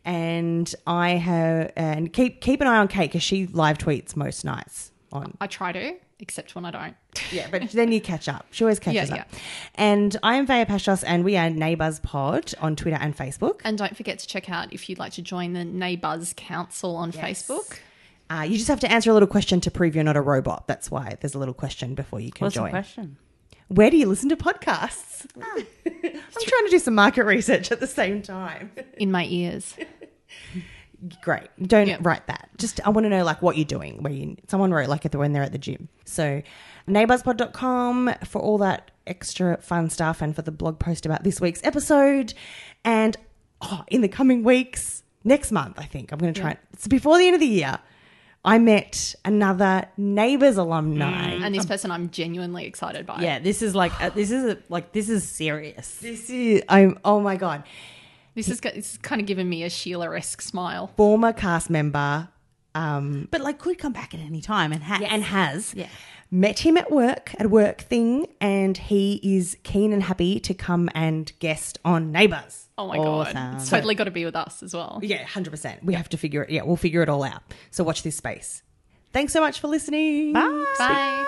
Speaker 5: And I have and keep keep an eye on Kate because she live tweets most nights on
Speaker 4: I try to, except when I don't.
Speaker 5: Yeah, but then you catch up. She always
Speaker 4: <laughs>
Speaker 5: catches
Speaker 4: Yeah,
Speaker 5: up. And I am Vaya Pashos, and we are Neighbours Pod on Twitter and Facebook.
Speaker 4: And don't forget to check out if you'd like to join the Neighbours Council on Facebook.
Speaker 5: Uh, you just have to answer a little question to prove you're not a robot. That's why there's a little question before you can
Speaker 8: What's the
Speaker 5: join.
Speaker 8: question? Ah.
Speaker 5: Where do you listen to podcasts? <laughs> I'm trying to do some market research at the same time.
Speaker 4: In my ears.
Speaker 5: Great. Don't write that. Just I want to know like what you're doing. Where you someone wrote like at the when they're at the gym. So neighbourspod.com for all that extra fun stuff and for the blog post about this week's episode. And oh, in the coming weeks, next month I think I'm going to try.
Speaker 4: Yeah.
Speaker 5: It's before the end of the year. I met another neighbours alumni,
Speaker 4: And this person I'm genuinely excited by.
Speaker 8: Mm. Yeah, this is like uh, this is a, like this is serious.
Speaker 5: This is I'm oh my god.
Speaker 4: This is, go- this is kind of given me a Sheila esque smile.
Speaker 5: former cast member. Um,
Speaker 8: but like could come back at any time and has
Speaker 5: and has yeah. Met him at work at a work thing, and he is keen and happy to come and guest on Neighbours.
Speaker 4: Oh my God. It's
Speaker 5: So-
Speaker 4: totally got to be with us as well.
Speaker 5: yeah, hundred percent. We have to figure it. Yeah, we'll figure it all out. So watch this space. Thanks so much for listening.
Speaker 4: Bye.